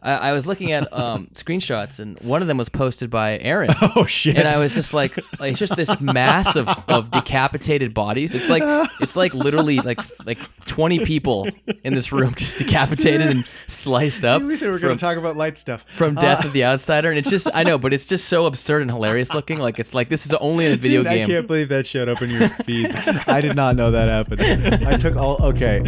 I, I was looking at um, screenshots, and one of them was posted by Aaron. Oh shit! And I was just like, like, it's just this mass of, of decapitated bodies. It's like it's like literally like like twenty people in this room just decapitated and sliced up. We said we were going to talk about light stuff. Uh, from Death of the Outsider, and it's just I know, but it's just so absurd and hilarious looking. Like it's like this is only in a video Dude, game. I can't believe that showed up in your feed. I did not know that happened. I took all. Okay.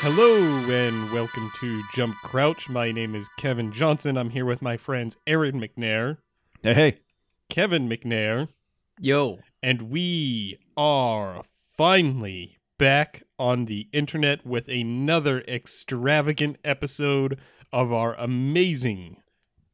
Hello and welcome to Jump Crouch. My name is Kevin Johnson. I'm here with my friends Aaron McNair, Hey, hey. Kevin McNair, Yo, and we are finally back on the internet with another extravagant episode of our amazing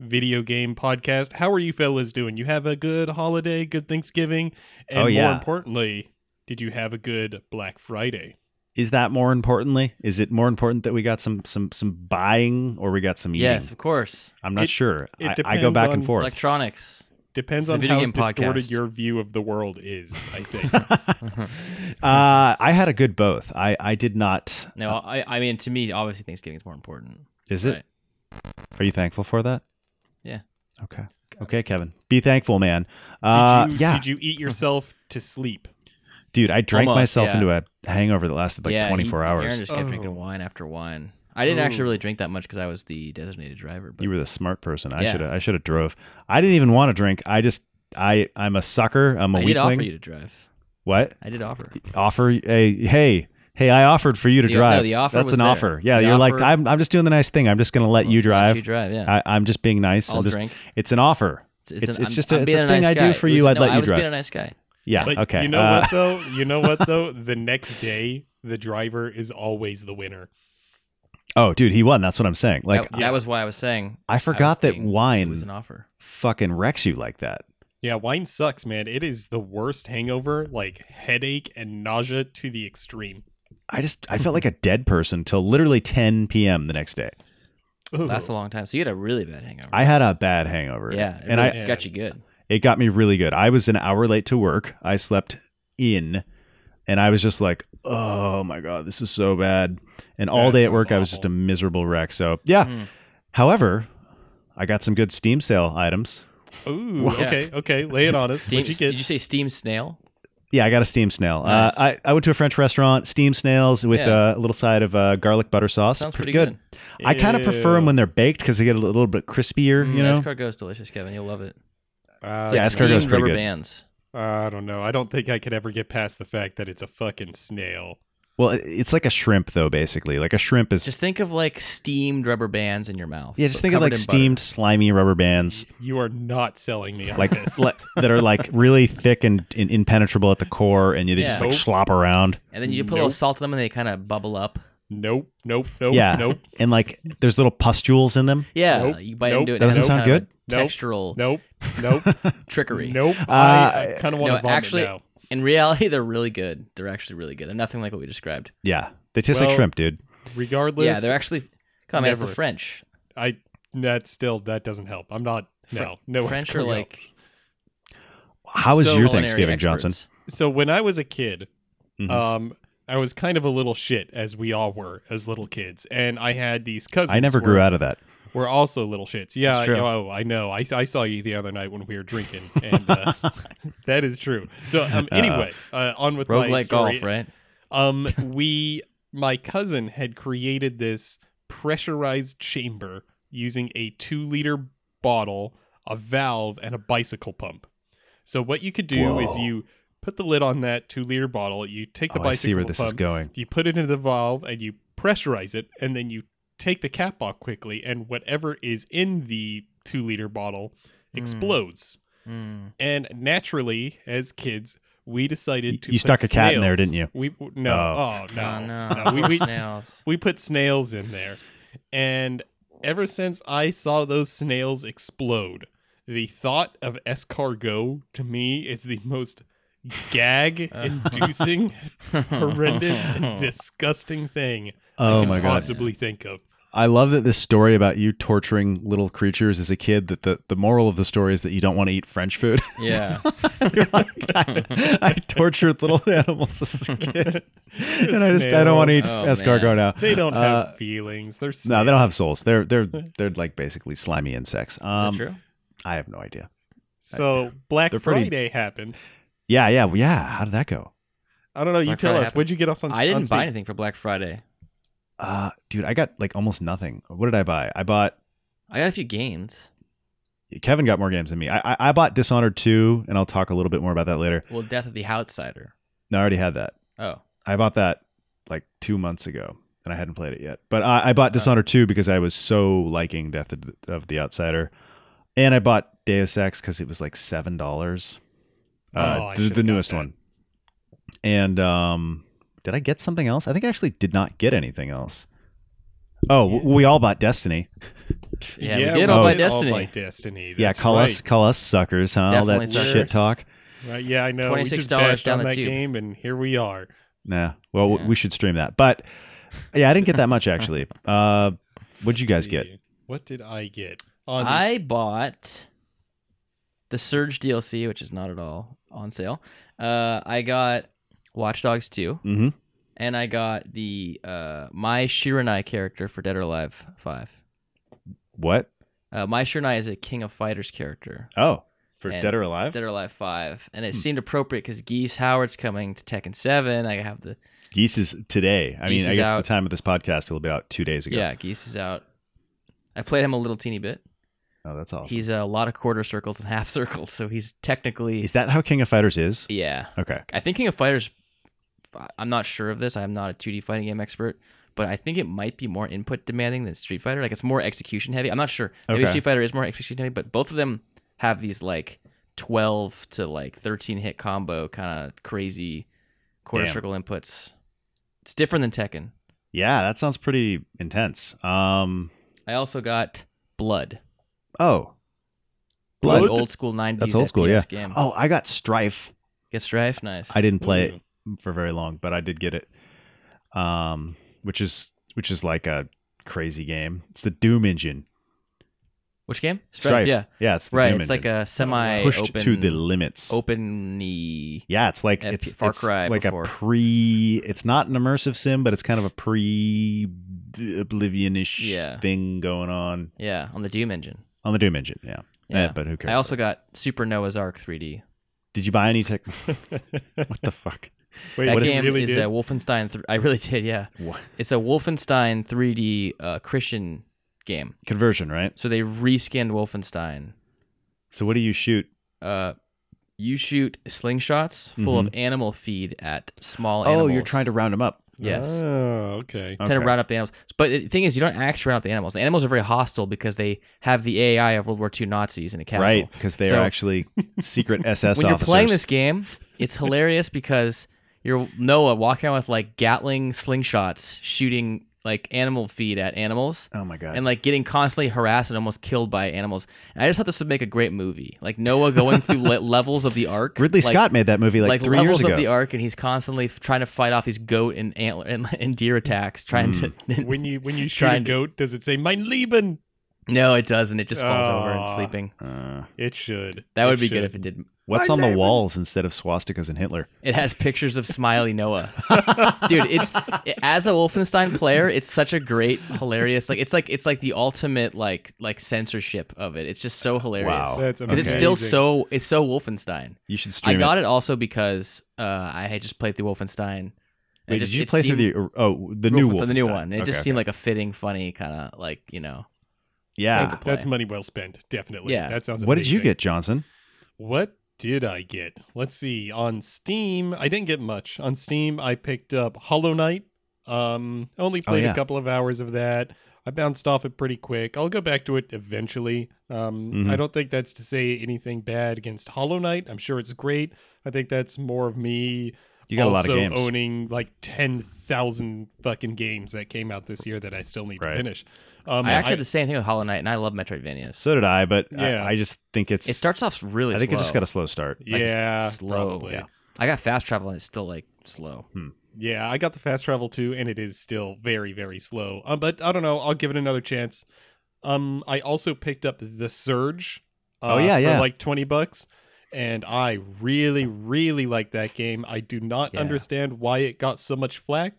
video game podcast. How are you fellas doing? You have a good holiday, good Thanksgiving, and Oh, yeah. more importantly, did you have a good Black Friday? Is that more importantly? Is it more important that we got some some some buying or we got some eating? yes, of course, I'm not It- sure. I- I, it go depends back on and forth. electronics. Depends It's a on video how game podcast. distorted your view of the world is, I think. Mm-hmm. uh, I had a good both. I I did not. No, I I mean to me, obviously Thanksgiving is more important. Is it? Right. Are you thankful for that? Yeah. Okay. Okay, Kevin. Be thankful, man. Did Uh, you, yeah, Did you eat yourself to sleep? dude. I drank Almost, myself yeah. into a hangover that lasted like Yeah, 24 he- hours. Aaron just kept Oh. drinking wine after wine. I didn't actually Ooh. really drink that much because I was the designated driver. But you were the smart person. I Yeah. should I should have drove. I didn't even want to drink. I just I I'm a sucker. I'm a I did weakling. offer you to drive. What I did offer. offer? Hey hey hey! I offered for you to The- no, drive. the offer That's was an there. offer. Yeah, The you're like offer- I'm. I'm just doing the nice thing. I'm just gonna let Let you you drive. drive, yeah. I, I'm just being nice. I'll I'm just, drink. It's an offer. an- It's- it's I'm- just a- I'm it's being a thing nice I do guy. for It you, was- I'd no, let I you was drive. being a nice guy. Yeah. But okay. You know Uh, what though? You know what though? The next day, the driver is always the winner. Oh, dude, he won. That's what I'm saying. Like that, that was why I was saying. I forgot that being- It was wine an offer. fucking wrecks you like that. Yeah, wine sucks, man. It is the worst hangover, like headache and nausea to the extreme. I just I felt like a dead person till literally 10 p.m. the next day. Ooh. That's a long time. So you had a really bad hangover. I had a bad hangover. yeah, it and really I I- got you good. it got me really good. I was an hour late to work. I slept in, and I was just like, oh my god, this is so bad. And all That day at sounds work, I was just a awful. miserable wreck. So yeah. Mm. However, I got some good Steam sale items. Ooh, Wow. okay, okay. Lay it on us. Steam, What'd you get? Did you say steam snail? Yeah, I got a steam snail. Nice. Uh, I, I went to a French restaurant, steam snails with Yeah. uh, a little side of uh, garlic butter sauce. Sounds pretty, good. I kind of prefer them when they're baked because they get a little bit crispier, Mm, you know? escargot is delicious, Kevin. You'll love it. Uh, It's Yeah, like escargot's steamed pretty rubber good. bands. I don't know. I don't think I could ever get past the fact that it's a fucking snail. well, it- it's like a shrimp, though, basically. Like a shrimp is. Just think of like steamed rubber bands in your mouth. yeah, just but think of covered like in steamed, slimy rubber bands You are not selling me on like this. le- that are like really thick and, in impenetrable at the core, and you, they just Yeah. like slop around. butter. and then you put a little Nope. salt in them, and they kind of bubble up. Nope, nope, nope, yeah. nope, And like there's little pustules in them. Yeah, Nope. you bite Nope. into it. and it Doesn't has sound kind of a Nope. Textural nope, nope, trickery. nope. I, Uh, kind of want no, to vomit actually- now. In reality, they're really good. They're actually really good. They're nothing like what we described. Yeah. They taste Well, like shrimp, dude. Regardless, yeah, they're actually. Come on, man, it's the never. French. I that still that doesn't help. I'm not no no French are escargot. like. How was your culinary Thanksgiving, Johnson? experts. so when I was a kid, Mhm. um, I was kind of a little shit as we all were as little kids, and I had these cousins. I never where- grew out of that. We're also little shits. Yeah, It's true. oh, I know. I, I saw you the other night when we were drinking, and uh, that is true. So um, Uh-oh. anyway, uh, on with my Roguelike story. golf, right? Um, we, my cousin had created this pressurized chamber using a two liter bottle, a valve, and a bicycle pump. So what you could do is Whoa. you put the lid on that two liter bottle, you take the Oh, I bicycle see where this pump, is going. you put it into the valve, and you pressurize it, and then you take the cap off quickly, and whatever is in the Hmm. two liter bottle Mm. explodes. Mm. And naturally, as kids, we decided You- to. you put stuck a cat in there, snails- didn't you? We no. Oh. Oh, Oh, no, no. We, we snails. we put snails in there, and ever since I saw those snails explode, the thought of escargot to me is the most gag-inducing, horrendous, and disgusting thing I Oh can my god. possibly think of. I love that this story about you torturing little creatures as a kid that the, the moral of the story is that you don't want to eat French food. Yeah. You're like, I, I tortured little animals as a kid. and I just I don't want to eat Oh, escargot man. now. They don't have Uh, feelings. They're snails. no, they don't have souls. They're they're they're like basically slimy insects. Um, Is that true? I have no idea. So Black They're pretty- Friday happened. Yeah, yeah, well, yeah. How did that go? I don't know. You Black tell Friday us. happened. What'd you get us on? I didn't on buy Steam? anything for Black Friday. Uh, dude, I got like almost nothing. What did I buy? I bought I got a few games. Kevin got more games than me. I I, I bought Dishonored two, and I'll talk a little bit more about that later. Well, Death of the Outsider. No, I already had that. Oh, I bought that like two months ago, and I hadn't played it yet. But I, I bought Dishonored two because I was so liking Death of the, of the Outsider, and I bought Deus Ex because it was like seven dollars. Oh, Uh, I the, should've the got newest that. one. And um, did I get something else? I think I actually did not get anything else. Oh, w we all bought Destiny. yeah, we did all we by did all Destiny. by Destiny. yeah, That's call right. us, call us suckers, huh? all that Definitely shit suckers. talk. Right, yeah, I know. We just $26 bashed down on the that tube. game, and here we are. Nah. Well, w Yeah. we should stream that. But yeah, I didn't get that much actually. Uh, what'd you guys get? Let's see. What did I get? On this- I bought the Surge DLC, which is not at all on sale. Uh, I got Watch Dogs 2, Mm-hmm. and I got the uh, My Shiranai character for Dead or Alive 5. What? Uh, My Shiranai is a King of Fighters character. Oh, for And Dead or Alive? Dead or Alive 5. And it Hmm. seemed appropriate because Geese Howard's coming to Tekken 7. I have the. Geese is today. I Geese mean, I is guess the out. time of this podcast will be out two days ago. Yeah, Geese is out. I played him a little teeny bit. Oh, that's awesome. He's a lot of quarter circles and half circles, so he's technically. is that how King of Fighters is? yeah. Okay. I think King of Fighters. I'm not sure of this. I'm not a 2D fighting game expert, but I think it might be more input demanding than Street Fighter. Like it's more execution heavy. I'm not sure. Maybe Okay. Street Fighter is more execution heavy, but both of them have these like 12 to like 13 hit combo kind of crazy quarter Damn. circle inputs. It's different than Tekken. Yeah, that sounds pretty intense. Um. I also got Blood, Oh. Blood, Blood. an old school 90s That's old school, FPS game. Oh, I got Strife. Get Strife, nice. I didn't play Hmm. it Mm. for very long, but I did get it. Um, which is which is like a crazy game. It's the Doom engine. Which game? Strife. yeah. Yeah, it's the Right, Doom it's like engine. a semi pushed open to the limits. open Yeah, it's like at it's Far it's Cry like before. a pre. It's not an immersive sim, but it's kind of a pre Oblivion ish Yeah. thing going on Yeah, on the Doom engine. on the Doom engine. Yeah, Yeah. Eh, but who cares? I also got Super Noah's Ark 3D. did you buy any tech? what the fuck? Wait, That what is game really is did? a Wolfenstein. Th- I really did, yeah. What? It's a Wolfenstein 3D uh, Christian game. Conversion, right? So they reskinned Wolfenstein. So what do you shoot? Uh, you shoot slingshots full of animal feed at small Mm-hmm. Oh, animals. you're trying to round them up. Yes. Oh, okay. Trying Okay. to round up the animals. But the thing is, you don't actually round up the animals. The animals are very hostile because they have the AI of World War II Nazis in a castle. Right, because they So- are actually secret SS when you're officers. playing this game, it's hilarious because you're Noah walking around with like Gatling slingshots, shooting like animal feed at animals, oh my god! and like getting constantly harassed and almost killed by animals. And I just thought this would make a great movie, like Noah going through le- levels of the arc. Ridley like- Scott made that movie like, three years levels ago. of the arc, and he's constantly f- trying to fight off these goat and antler and, and deer attacks. Trying Hmm. to When you when you shoot a Trying to- goat, does it say "Mein Leben"? no, it doesn't. It just falls over and Aw. sleeping. Uh, It should. That It would be should. good if it did. what's on the walls instead of swastikas and Hitler? It has pictures of Smiley Noah. Dude, it's as a Wolfenstein player, it's such a great, hilarious. Like it's like it's like the ultimate like like censorship of it. It's just so hilarious. Wow. That's Because it's amazing. still so it's so Wolfenstein. You should stream I got it. also because uh, I had just played through Wolfenstein. Wait, did you play through the oh the new Wolfenstein? the new one. It Okay, just okay. seemed like a fitting, funny kind of like you know. yeah. to play. That's money well spent, definitely. Yeah. That sounds. What did you amazing. get, Johnson? What did I get? Let's see. On Steam, I didn't get much. On Steam, I picked up Hollow Knight Um, only Oh, played yeah. a couple of hours of that. I bounced off it pretty quick. I'll go back to it eventually. Um, Mhm. I don't think that's to say anything bad against Hollow Knight. I'm sure it's great. I think that's more of me You got a lot of also games. owning like 10,000 fucking games that came out this year that I still need Right. to finish. Um, I actually had the same thing with Hollow Knight, and I love Metroidvanias. so did I, but Yeah. I, I just think it's. it starts off really. I think slow. it just got a slow start. I- yeah, slow. probably. Yeah. I got fast travel, and it's still like slow. Yeah, I got the fast travel too, and it is still very, very slow. Um, but I don't know. I'll give it another chance. Um, I also picked up the Surge. uh, Oh, yeah, for yeah. like twenty bucks, and I really, really like that game. I do not Yeah. understand why it got so much flack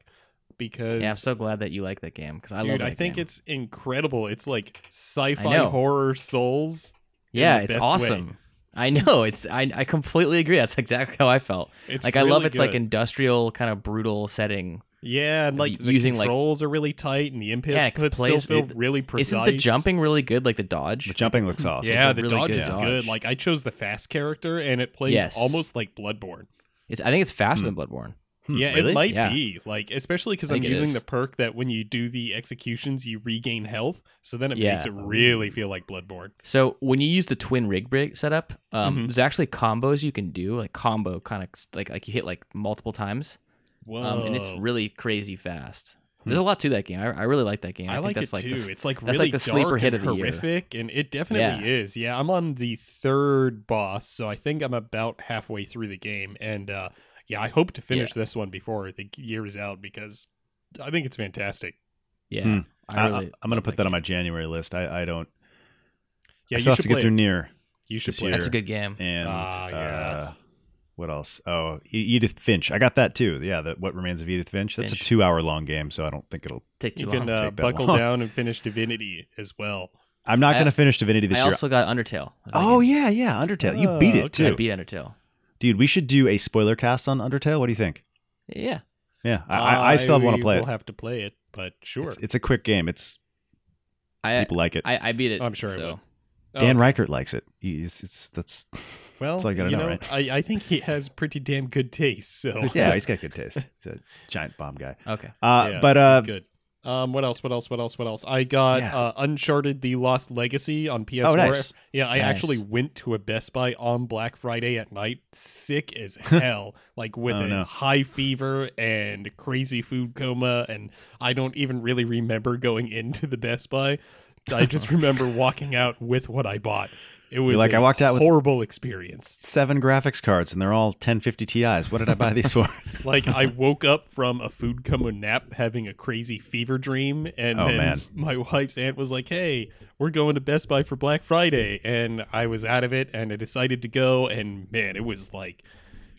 because. Yeah, I'm so glad that you like that game because I Dude, love. I that think game. it's incredible. It's like I sci-fi know. horror souls. in yeah, the it's best way. awesome. I know it's. I I completely agree. That's exactly how I felt. It's like I love really its like good. industrial kind of brutal setting. yeah, and like the using, like- controls are really tight, and the Yeah, it inputs still plays- feel it- really precise. Isn't the jumping really good? Like the The dodge. jumping looks awesome. yeah, a the really dodge good is dodge. good. Like I chose the fast character, and it plays Yes. almost like Bloodborne. It's I think it's faster Hmm. than Mm-hmm. Bloodborne. Hmm, yeah, really? it might Yeah. be like, especially because I I'm think it using is. the perk that when you do the executions, you regain health. So then it makes Yeah. it really feel like Bloodborne. So when you use the twin rig break setup, um, Mhm. there's actually combos you can do, like combo kind of like like you hit like multiple times, Whoa, Hmm. um, and it's really crazy fast. There's a lot to that game. I, I really like that game. I, I, think like it that's like too. the s- it's like that's like really the sleeper dark hit and of the year. horrific, and it definitely is. Yeah, I'm on the third boss, so I think I'm about halfway through the game, and uh, yeah, I hope to finish this one before the year is out because I think it's fantastic. yeah. Hmm. I I really. am gonna love put that on my January list. I, I don't. I Yeah, you still have should to get play through it. near You should this play game. it. That's a good game. and Ah, yeah. uh, what else? Oh, E- Edith Finch. I got that too. Yeah, that what remains of Edith Finch. That's Finch. a two hour long game, so I don't think it'll. Take You too can long. uh, take that buckle long. down and finish Divinity as well. I'm not I- gonna finish Divinity this I year. also got Undertale. That's oh like- yeah, yeah, Undertale. you beat Oh, it okay. I too, beat Undertale. dude. We should do a spoiler cast on Undertale. What do you think? Yeah. Yeah, I, I, I still want to play will it. have to play it, but sure. It's, it's a quick game. It's I people like it. Eh, I, I beat it. I'm sure I so. will. Oh, Dan Reichert likes it. He- It's, it's that's well, that's all you gotta you know, know, right? I, I think he has pretty damn good taste. So yeah. He's got good taste. He's a giant bomb guy. Okay. Uh, Yeah, but he's uh, good. Um, what else? What else? What else? What else? I got Yeah. uh, Uncharted: The Lost Legacy on PS4. oh nice. Yeah, I Nice. actually went to a Best Buy on Black Friday at night, sick as hell, like with Oh, a no. high fever and crazy food coma, and I don't even really remember going into the Best Buy. I just remember walking out with what I bought. It was You're like a I walked out with horrible experience. seven graphics cards and they're all 1050 Ti's. What did I buy these for? Like I woke up from a food coma nap having a crazy fever dream and Oh, then man. my wife's aunt was like, "Hey, we're going to Best Buy for Black Friday." And I was out of it and I decided to go and man, it was like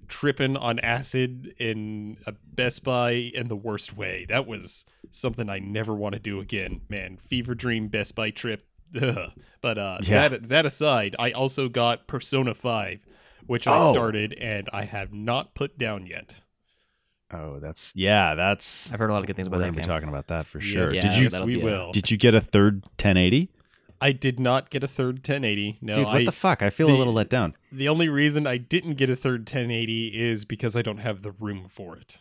tripping on acid in a Best Buy in the worst way. That was something I never want to do again. Man, fever dream Best Buy trip. Ugh. But uh Yeah. that that aside, I also got Persona 5 which I Oh. started and I have not put down yet. oh, that's yeah, that's I've heard a lot of good things about we're that gonna be game. talking about that for sure. Yeah, did you that'll we be a- will. did you get a third 1080? I did not get a third 1080. No, Dude, what I, the fuck? I feel a the- little let down. the only reason I didn't get a third 1080 is because I don't have the room for it.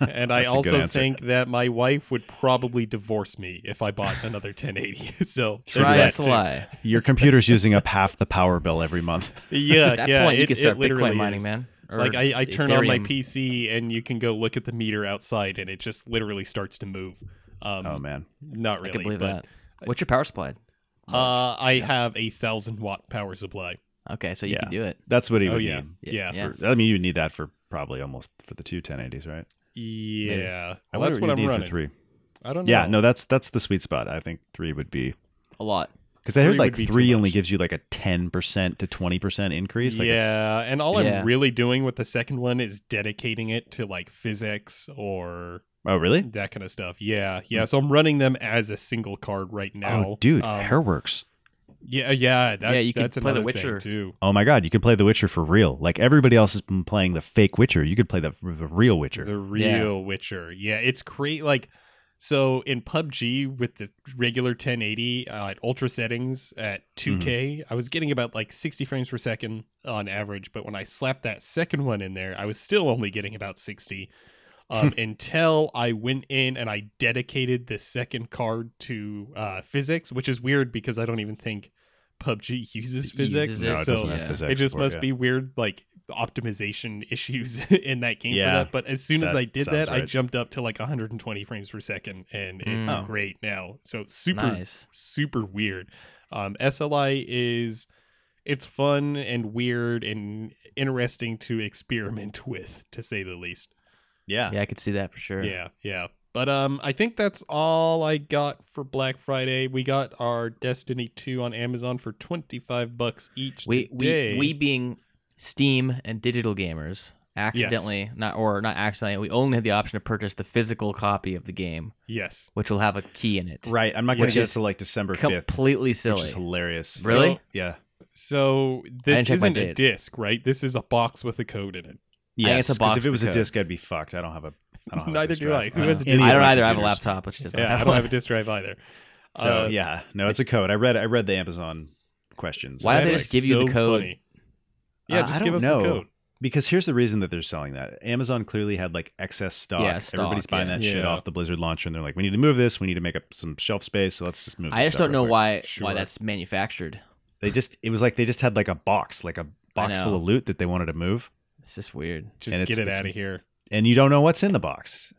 And I That's a good also answer. think that my wife would probably divorce me if I bought another 1080. so there's Try that us a too. lie. Your computer's using up half the power bill every month. Yeah, At that yeah. point, you it- can it start literally Bitcoin mining, is. man. Or Like I, I turn on my Ethereum. PC and you can go look at the meter outside and it just literally starts to move. Um, Oh man, not I really. can believe but, that. What's your power supply? Uh, I have a thousand watt power supply. Okay, so you Yeah. can do it. that's what he Oh would yeah, need. yeah, Yeah. For, I mean, you would need that for probably almost for the two 1080s, right? yeah. I Well, wonder that's what you I'm need running. for three. I don't know. Yeah, no, that's that's the sweet spot. I think three would be A lot. because I Three heard like would be too three only much. gives you like a 10 percent to 20 percent increase. Like it's- yeah, and all Yeah. I'm really doing with the second one is dedicating it to like physics or oh really? that kind of stuff. Yeah, yeah. So I'm running them as a single card right now. Hmm. Oh dude, Um, Hairworks. yeah, yeah. That, Yeah, you could that's play The another thing, Witcher. too. Oh my god, you can play The Witcher for real. Like everybody else has been playing the fake Witcher. You could play the, the real Witcher. The real Witcher. Yeah, it's great. Like, so in PUBG with the regular 1080 uh, at ultra settings at 2K, Mm-hmm. I was getting about like 60 frames per second on average. But when I slapped that second one in there, I was still only getting about 60. um, until I went in and I dedicated the second card to uh, physics, which is weird because I don't even think PUBG uses It physics. uses it. No, it so doesn't have yeah. Yeah. physics it just support, must yeah. be weird, like optimization issues in that game Yeah, for that. But as soon as that I did sounds that, I right. jumped up to like 120 frames per second, and Mm. it's Oh. great now. So super nice. super weird. Um, SLI is it's fun and weird and interesting to experiment with, to say the least. Yeah. Yeah, I could see that for sure. Yeah, yeah. But um, I think that's all I got for Black Friday. We got our Destiny Two on Amazon for twenty five bucks each. We today. we we being Steam and digital gamers accidentally not or not accidentally we only had the option to purchase the physical copy of the game, yes. which will have a key in it. Right. I'm not going Which to get is it till like December 5th, Completely silly. which is hilarious. Really? So- yeah. So didn't this check my isn't a date. disc, right? This is a box with a code in it. think Yes. it's a 'cause box if it was a with disc, I'd be fucked. I don't have a. I don't have a Neither disc do drive. I. Who I'm has a an I disc idiot drive? don't either. with I have a computers. laptop, which doesn't. Yeah, I don't have a disc drive either. So Uh, yeah, no, it's a code. I read. I read the Amazon questions. Why I don't they read That just is give you the so code? funny. Yeah, Uh, I just don't give us know. the code. Because here's the reason that they're selling that. Amazon clearly had like excess stock. Yeah, stock, Everybody's buying yeah. that shit Yeah. off the Blizzard launcher, and they're like, "We need to move this. We need to make up some shelf space. So let's just move." I this just stuff don't real know quick." why Sure. why that's manufactured. They just. It was like they just had like a box, like a box know. full of loot that they wanted to move, It's just weird. Just And get it's- it it's- out of here. and you don't know what's in the box.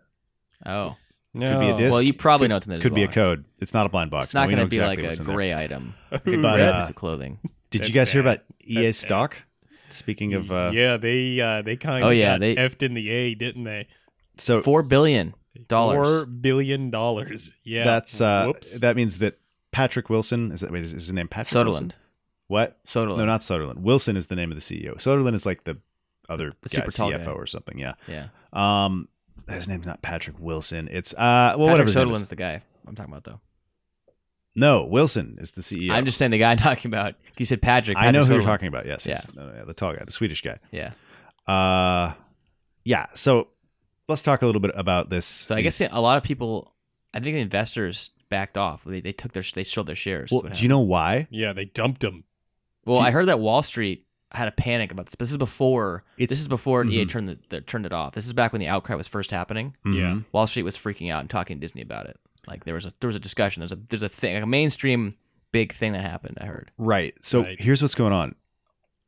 Oh, No. be a disc. well, you probably know it's in the Could be a box. code. It's not a blind box. It's not No, we know going to be exactly like what's a in there. gray item. It could Ooh, be But, a red. uh, piece of clothing. Did you That's guys hear bad. about EA That's bad. stock? Speaking of, uh, yeah, they uh, they kind of Oh, yeah, got they- effed in the a, didn't they? so Four billion Four dollars. billion dollars. Yeah, that's uh, Whoops. that means that Patrick Wilson is that wait is, is his name Patrick Wilson? Soderland. What? Soderland. No, not Soderlund. Wilson is the name of the CEO. Soderlund is like the other The guy, super tall guy. CFO or something. Yeah. yeah. Um, his name's not Patrick Wilson. It's uh, well, whatever. Patrick his name is. Soderlund's the guy I'm talking about, though. No, Wilson is the CEO. I'm just saying the guy I'm talking about. You said Patrick. I know who Patrick you're Soderlund. talking about. Yes. Yeah. yes. No, no, yeah, the tall guy, the Swedish guy. Yeah. Uh, yeah. So let's talk a little bit about this. So I guess these- a lot of people, I think the investors backed off. They, they took their they sold their shares. Well, do you know why? yeah, they dumped them. well, do you- I heard that Wall Street had a panic about this. This is before It's this is before EA Mhm. turned the, the, turned it off. This is back when the outcry was first happening. Yeah. Mhm. Wall Street was freaking out and talking to Disney about it. Like there was a there was a discussion. There's a there's a thing like a mainstream big thing that happened. I heard. Right. So Right. here's what's going on.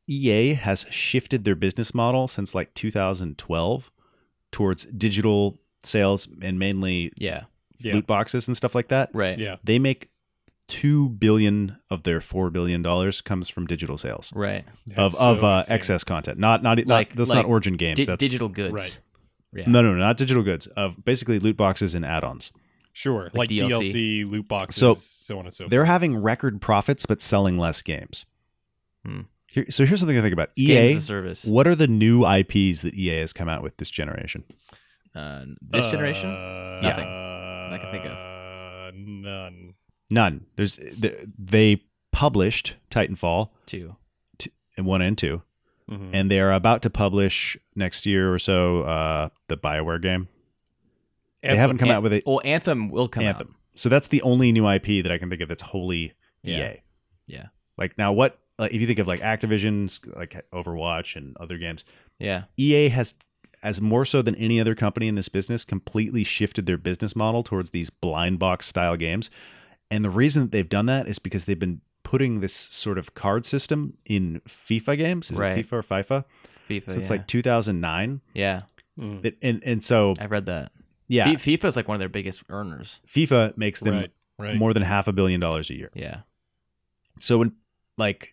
EA has shifted their business model since like 2012 towards digital sales and mainly Yeah. Yeah, loot boxes and stuff like that. Right. yeah, They make 2 billion of their 4 billion dollars comes from digital sales Right. of That's of so uh, insane. excess content. Not not, not Like- that's like not origin games. Di- that's digital goods. Right. Yeah. No, no, no, not digital goods. Of basically loot boxes and add-ons. Sure, like, Like DLC. DLC. loot boxes, so, So, on and so. forth. They're having record profits but selling less games. Hmm. Here, so here's something to think about. It's E EA games as a service. What are the new IPs that EA has come out with this generation? Uh, this generation. Nothing I can think of. Uh, None. None. There's th- they published Titanfall Two. and one and 2 Mhm. and they are about to publish next year or so uh, the Bioware game. They Anthem. haven't come An- out with it. Well, Anthem will come Anthem. out. So that's the only new IP that I can think of that's wholly Yeah. EA. Yeah. Like now, what like, if you think of like Activision's like Overwatch and other games? Yeah. EA E has, as more so than any other company in this business, completely shifted their business model towards these blind box style games. And the reason that they've done that is because they've been putting this sort of card system in FIFA games, is Right. it FIFA or FIFA? FIFA. Since yeah. like 2009. yeah, Mm. That- And and so I've read that. yeah, F- FIFA is like one of their biggest earners. FIFA makes them Right, right. more than half a billion dollars a year. Yeah. So when like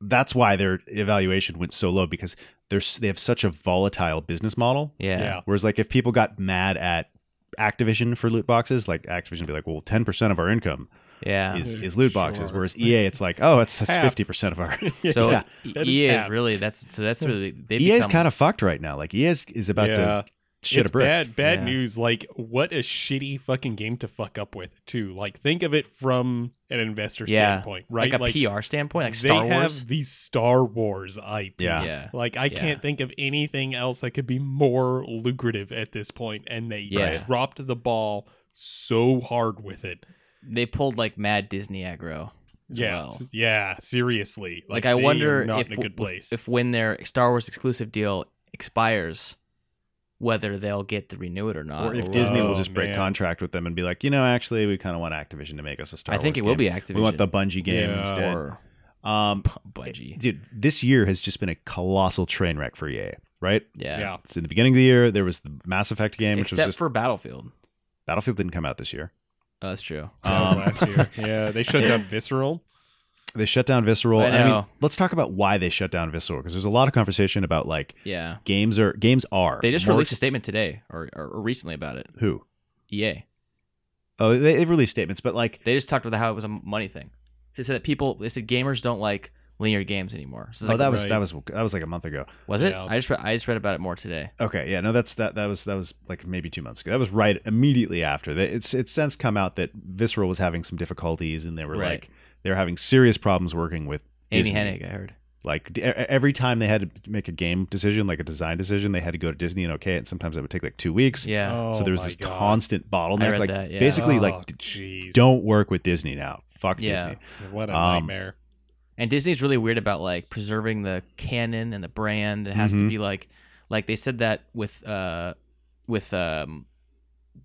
that's why their evaluation went so low because they're s- they have such a volatile business model Yeah. yeah. Whereas like if people got mad at Activision for loot boxes, like Activision would be like, well, ten percent of our income Yeah. is, is loot Sure. boxes. Whereas EA, it's like, oh, it's that's Half. fifty percent of our. So Yeah. E- That is EA is apt. really that's so that's really they EA E is become- kind of fucked right now. Like EA is, is about Yeah. to shit it's a brick. bad bad Yeah. news like what a shitty fucking game to fuck up with too like think of it from an investor Yeah. standpoint right like a PR standpoint, like they Star Wars. have the star wars ip Yeah. Yeah. like i Yeah. can't think of anything else that could be more lucrative at this point and they Yeah. dropped the ball so hard with it They pulled like Mad Disney aggro. as yeah well. s- yeah seriously Like, like, I they are wonder not if, in a good place if when their Star Wars exclusive deal expires, whether they'll get to renew it or not. or if Disney will Oh, just break man. contract with them and be like, you know, actually, we kind of want Activision to make us a Star. I think Wars it will be game. Activision. We want the Bungie game Yeah. instead. or Um, Bungie. dude, this year has just been a colossal train wreck for EA. Right? Yeah. yeah. It's in the beginning of the year. There was the Mass Effect game, which Except was just for Battlefield. Battlefield didn't come out this year. Oh, that's true. That was Um, last year. Yeah, they shut down Visceral. They shut down Visceral. I and I mean, know. let's talk about why they shut down Visceral because there's a lot of conversation about like Yeah. games are games are They just more released a statement today or, or, or recently about it. ex- who EA. oh they, they've released statements, but like They just talked about how it was a money thing. They said that people, they said gamers don't like linear games anymore. So it's oh like, that was right. that was that was like a month ago. was it? Yeah. I just read, I just read about it more today. Okay, yeah, no, that's that. That was that was like maybe two months ago. That was right immediately after. That it's it's since come out that Visceral was having some difficulties, and they were Right. like they were having serious problems working with Amy Disney. Hennig, I heard. Like d- e- every time they had to make a game decision, like a design decision, they had to go to Disney and okay, it, and sometimes that would take like two weeks. Yeah. so there was Oh my this God. constant bottleneck. I read like that, yeah. basically, Oh, like d- jeez. don't work with Disney now. Fuck Yeah. Disney. What a Um, nightmare. And Disney's really weird about like preserving the canon and the brand. It has Mhm. to be like like they said that with uh with um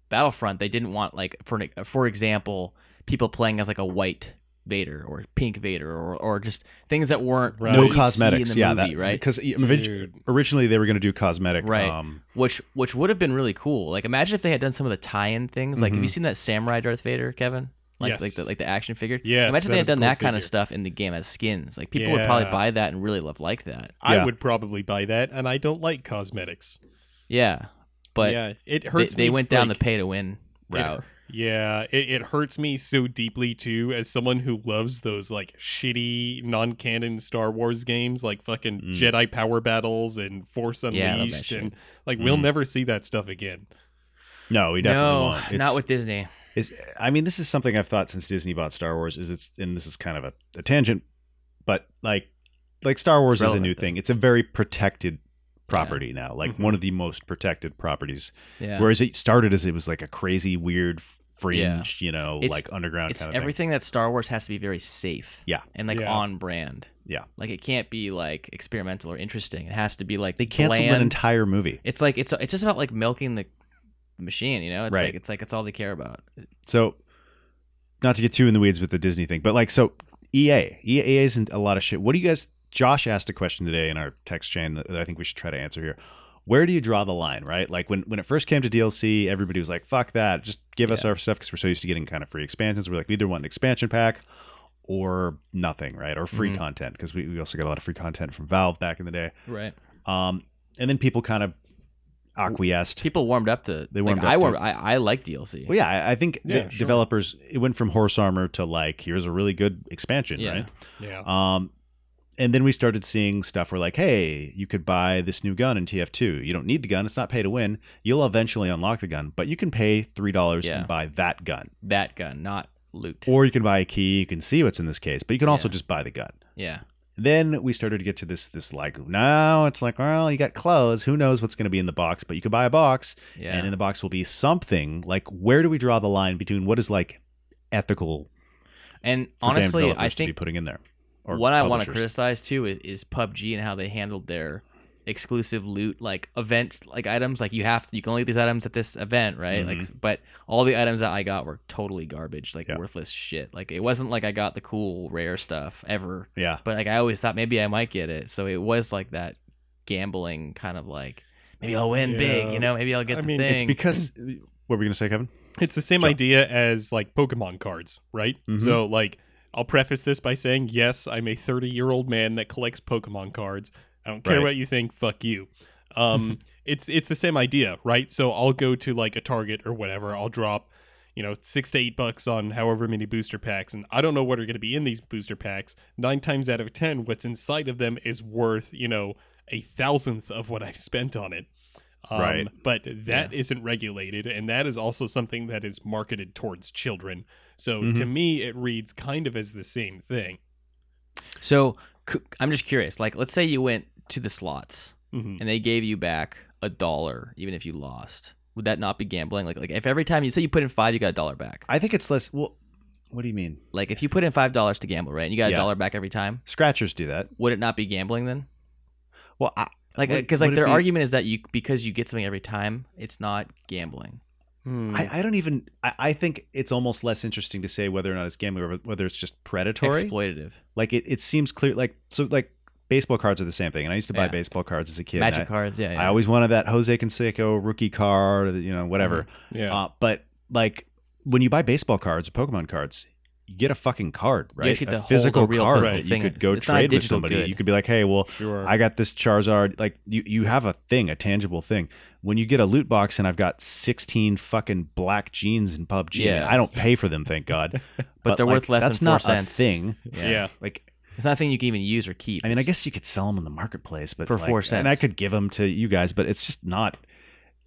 Battlefront they didn't want like for an- e, for example people playing as like a white Vader or pink Vader or or just things that weren't Right. what No you'd see cosmetics. in the Yeah, movie, that's right because e- Dude. originally they were going to do cosmetic. Right. Um, which which would have been really cool. Like imagine if they had done some of the tie-in things. Like have you Mhm. seen that samurai Darth Vader, Kevin? Like Yes. like the like the action figure. Yes, imagine if that they had is a done cool that kind of figure. stuff in the game as skins. Like people would probably Yeah. buy that and really love like that. Yeah. I would probably buy that, and I don't like cosmetics. Yeah, but yeah, it they, hurts. they me, went down like- the pay to win route. Yeah, it, it hurts me so deeply too, as someone who loves those like shitty non canon Star Wars games, like fucking Mm. Jedi Power Battles and Force Yeah, I love that Unleashed, shit. and like we'll Mm. never see that stuff again. no, we definitely No, won't. It's- not with Disney. is I mean, this is something I've thought since Disney bought Star Wars. Is it's and this is kind of a, a tangent, but like like Star Wars is a relevant, new though. Mm-hmm. thing. It's a very protected property now, like Mhm. one of the most protected properties. Yeah, Whereas it started as it was like a crazy, weird, fringe, you know, It's- like underground it's kind of everything that Star Wars has to be very safe. Yeah. and like Yeah. on brand. Yeah. like it can't be like experimental or interesting. It has to be like thing. They canceled an bland. entire movie. It's like it's it's just about like milking the machine, you know. It's Right. like it's like it's all they care about. So, not to get too in the weeds with the Disney thing, but like, so EA, EA isn't a lot of shit. What do you guys? Josh asked a question today in our text chain that that I think we should try to answer here. Where do you draw the line, right? Like when when it first came to DLC, everybody was like, "Fuck that! Just give us our stuff," because we're so used to getting kind of free expansions. We're like, we either want an expansion pack or nothing, right? Or free Mhm. content because we, we also got a lot of free content from Valve back in the day. Right. Um, and then people kind of acquiesced. People warmed up to. They They warmed warmed like, up I to warmed. I, I like DLC. Well, yeah, I- I think Yeah, the sure. developers it went from horse armor to like here's a really good expansion, Yeah. Yeah, right? Um, and then we started seeing stuff where like, hey, you could buy this new gun in TF2. You don't need the gun; it's not pay to win. You'll eventually unlock the gun, but you can pay three dollars Yeah. and buy that gun, That gun, not loot. or you can buy a key. You can see what's in this case, but you can also Yeah. just buy the gun. yeah. Then we started to get to this this like now it's like well you got clothes who knows what's going to be in the box but you could buy a box Yeah. and in the box will be something like where do we draw the line between what is like ethical And for game honestly, developers I to be think putting in there or what I want to publishers. criticize too is, is PUBG and how they handled their exclusive loot like events like items like you have to, you can only get these items at this event right like but all the items that I got were totally garbage like Mm-hmm. Yeah. worthless shit like it wasn't like I got the cool rare stuff ever yeah but like I always thought maybe I might get it. So it was like that gambling kind of like maybe I'll win big, Yeah. you know, maybe I'll get I the mean, thing. it's it's because what were we gonna say Kevin it's the same Sure. idea as like Pokemon cards, right? Mhm. So like I'll preface this by saying, yes, I'm a 30 year old man that collects Pokemon cards. I don't care Right. what you think. Fuck you. Um, it's it's the same idea, right? So I'll go to like a Target or whatever. I'll drop, you know, six to eight bucks on however many booster packs, and I don't know what are going to be in these booster packs. Nine times out of ten, what's inside of them is worth you know a thousandth of what I spent on it. Um, Right. But that not regulated, and that is also something that is marketed towards children. So to me, it reads kind of as the same thing. so c- I'm just curious. Like let's say you went to the slots Mhm. and they gave you back a dollar even if you lost. Would that not be gambling? Like like if every time you say you put in 5 you got a dollar back. I think it's less well what do you mean Like if you put in $5 to gamble, right? And you got a Yeah. dollar back every time, scratchers do that would it not be gambling then? well I, Like, Would- because like would it their be- argument is that you because you get something every time, it's not gambling. Hmm. Mm. I, I don't even. I, I think it's almost less interesting to say whether or not it's gambling or whether it's just predatory. Exploitative. like it, it seems clear. Like so, like baseball cards are the same thing. And I used to buy Yeah. baseball cards as a kid. Magic and I, cards. Yeah. I yeah. always wanted that Jose Canseco rookie card, or the- you know, whatever. yeah. Uh, but like when you buy baseball cards or Pokemon cards, you get a fucking card, You right? actually a have to hold physical a real card physical that you thing. could It's- go it's not a trade with digital somebody. good. You could be like, hey, well, sure. I got this Charizard. Like you, you have a thing, a tangible thing. When you get a loot box and I've got 16 fucking black jeans in PUBG, Yeah. I don't pay for them, thank God. but, they're worth less that's than four not cents. a thing. yeah. Like It's not a thing you can even use or keep. I mean, I guess you could sell them in the marketplace, but For like- four and cents. I could give them to you guys, but it's just not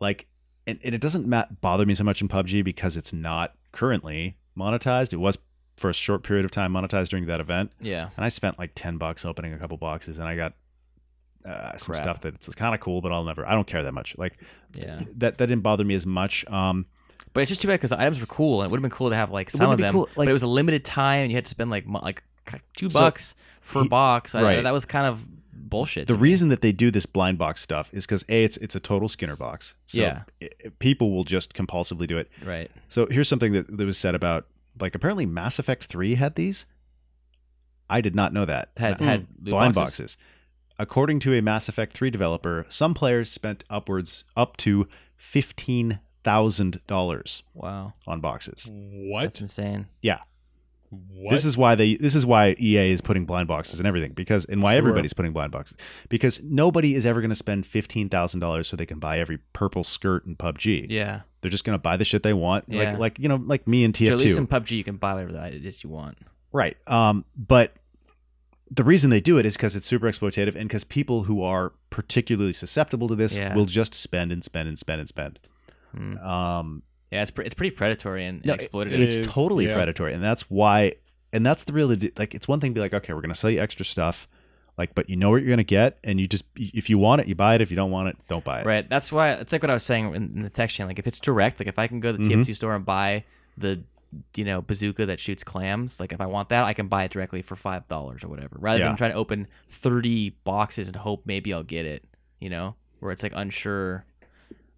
like, and, and it doesn't ma- bother me so much in PUBG because it's not currently monetized. It was for a short period of time monetized during that event, yeah. and I spent like ten bucks opening a couple boxes, and I got uh, some Crap. stuff that's kind of cool, but I'll never. I don't care that much. Like Yeah. that that didn't bother me as much. Um, But it's just too bad because the items were cool, and it would have been cool to have like It some would've of been them. cool, like- but it was a limited time, and you had to spend like mo- like k- two So, bucks for he- a box. I- right. that was kind of bullshit. the to me. reason that they do this blind box stuff is because a it's it's a total Skinner box. So Yeah. i- i- people will just compulsively do it. right? So here's something that, that was said about like apparently Mass Effect 3 had these. I did not know that. Had Ma- had loot Mm. blind boxes. boxes. According to a Mass Effect 3 developer, some players spent upwards up to $15,000 Wow, on boxes. What? that's insane. What? This is why they this is why EA is putting blind boxes and everything because and why Sure. everybody's putting blind boxes because nobody is ever going to spend $15,000 so they can buy every purple skirt in PUBG. Yeah. They're just going to buy the shit they want Yeah. like like you know like me and TF2. So at least in PUBG, you can buy whatever the it is you want. Right. Um, but the reason they do it is because it's super exploitative and because people who are particularly susceptible to this Yeah. will just spend and spend and spend and spend. Hmm. Um, Yeah, it's pre- it's pretty predatory and, and no, exploitative. it- it's is, totally yeah. predatory. And that's why, and that's the real, like, it's one thing to be like, okay, we're going to sell you extra stuff. Like, but you know what you're going to get. And you just, if you want it, you buy it. If you don't want it, don't buy it. Right. That's why it's like what I was saying in, in the text chain. Like if it's direct, like if I can go to the Mhm. TFT store and buy the you know bazooka that shoots clams, like if I want that, I can buy it directly for five dollars or whatever, rather Yeah. than trying to open thirty boxes and hope maybe I'll get it. You know, where it's like unsure.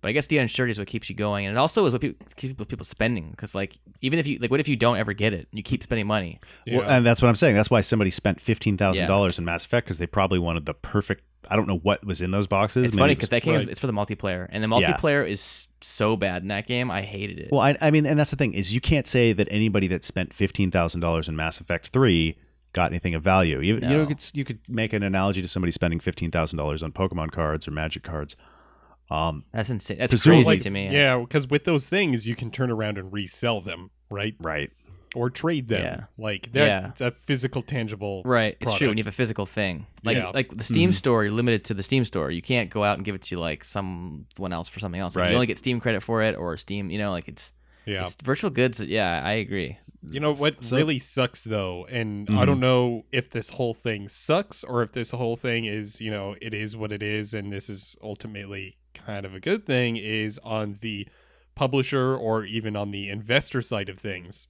But I guess the unsurety is what keeps you going, and it also is what people keeps people- people spending. Because like even if you like, what if you don't ever get it? You keep spending money. Yeah. Well, and that's what uh, I'm saying. That's why somebody spent $15,000 in Mass Effect because they probably wanted the perfect, I don't know what was in those boxes. It's Maybe funny it was because that game is right. it's for the multiplayer, and the Yeah. multiplayer is so bad in that game. I hated it. Well, I, I mean, and that's the thing is you can't say that anybody that spent fifteen thousand dollars in Mass Effect Three got anything of value. You, you know, No. it's, you could make an analogy to somebody spending fifteen thousand dollars on Pokemon cards or Magic cards. Um, That's insane. That's Presumably- crazy like, to me. yeah, because with those things, you can turn around and resell them, right? right. Or trade them. Yeah. Like Yeah. that's a physical, tangible. Right, it's true. product. When you have a physical thing, like Yeah. like the Steam Mhm. store, you're limited to the Steam store. You can't go out and give it to like someone else for something else. Like, Right. You only get Steam credit for it or Steam. You know, like it's Yeah. it's virtual goods. Yeah, I agree. You know what So- really sucks though, and Mhm. I don't know if this whole thing sucks or if this whole thing is, you know, it is what it is, and this is ultimately kind of a good thing, is on the publisher or even on the investor side of things.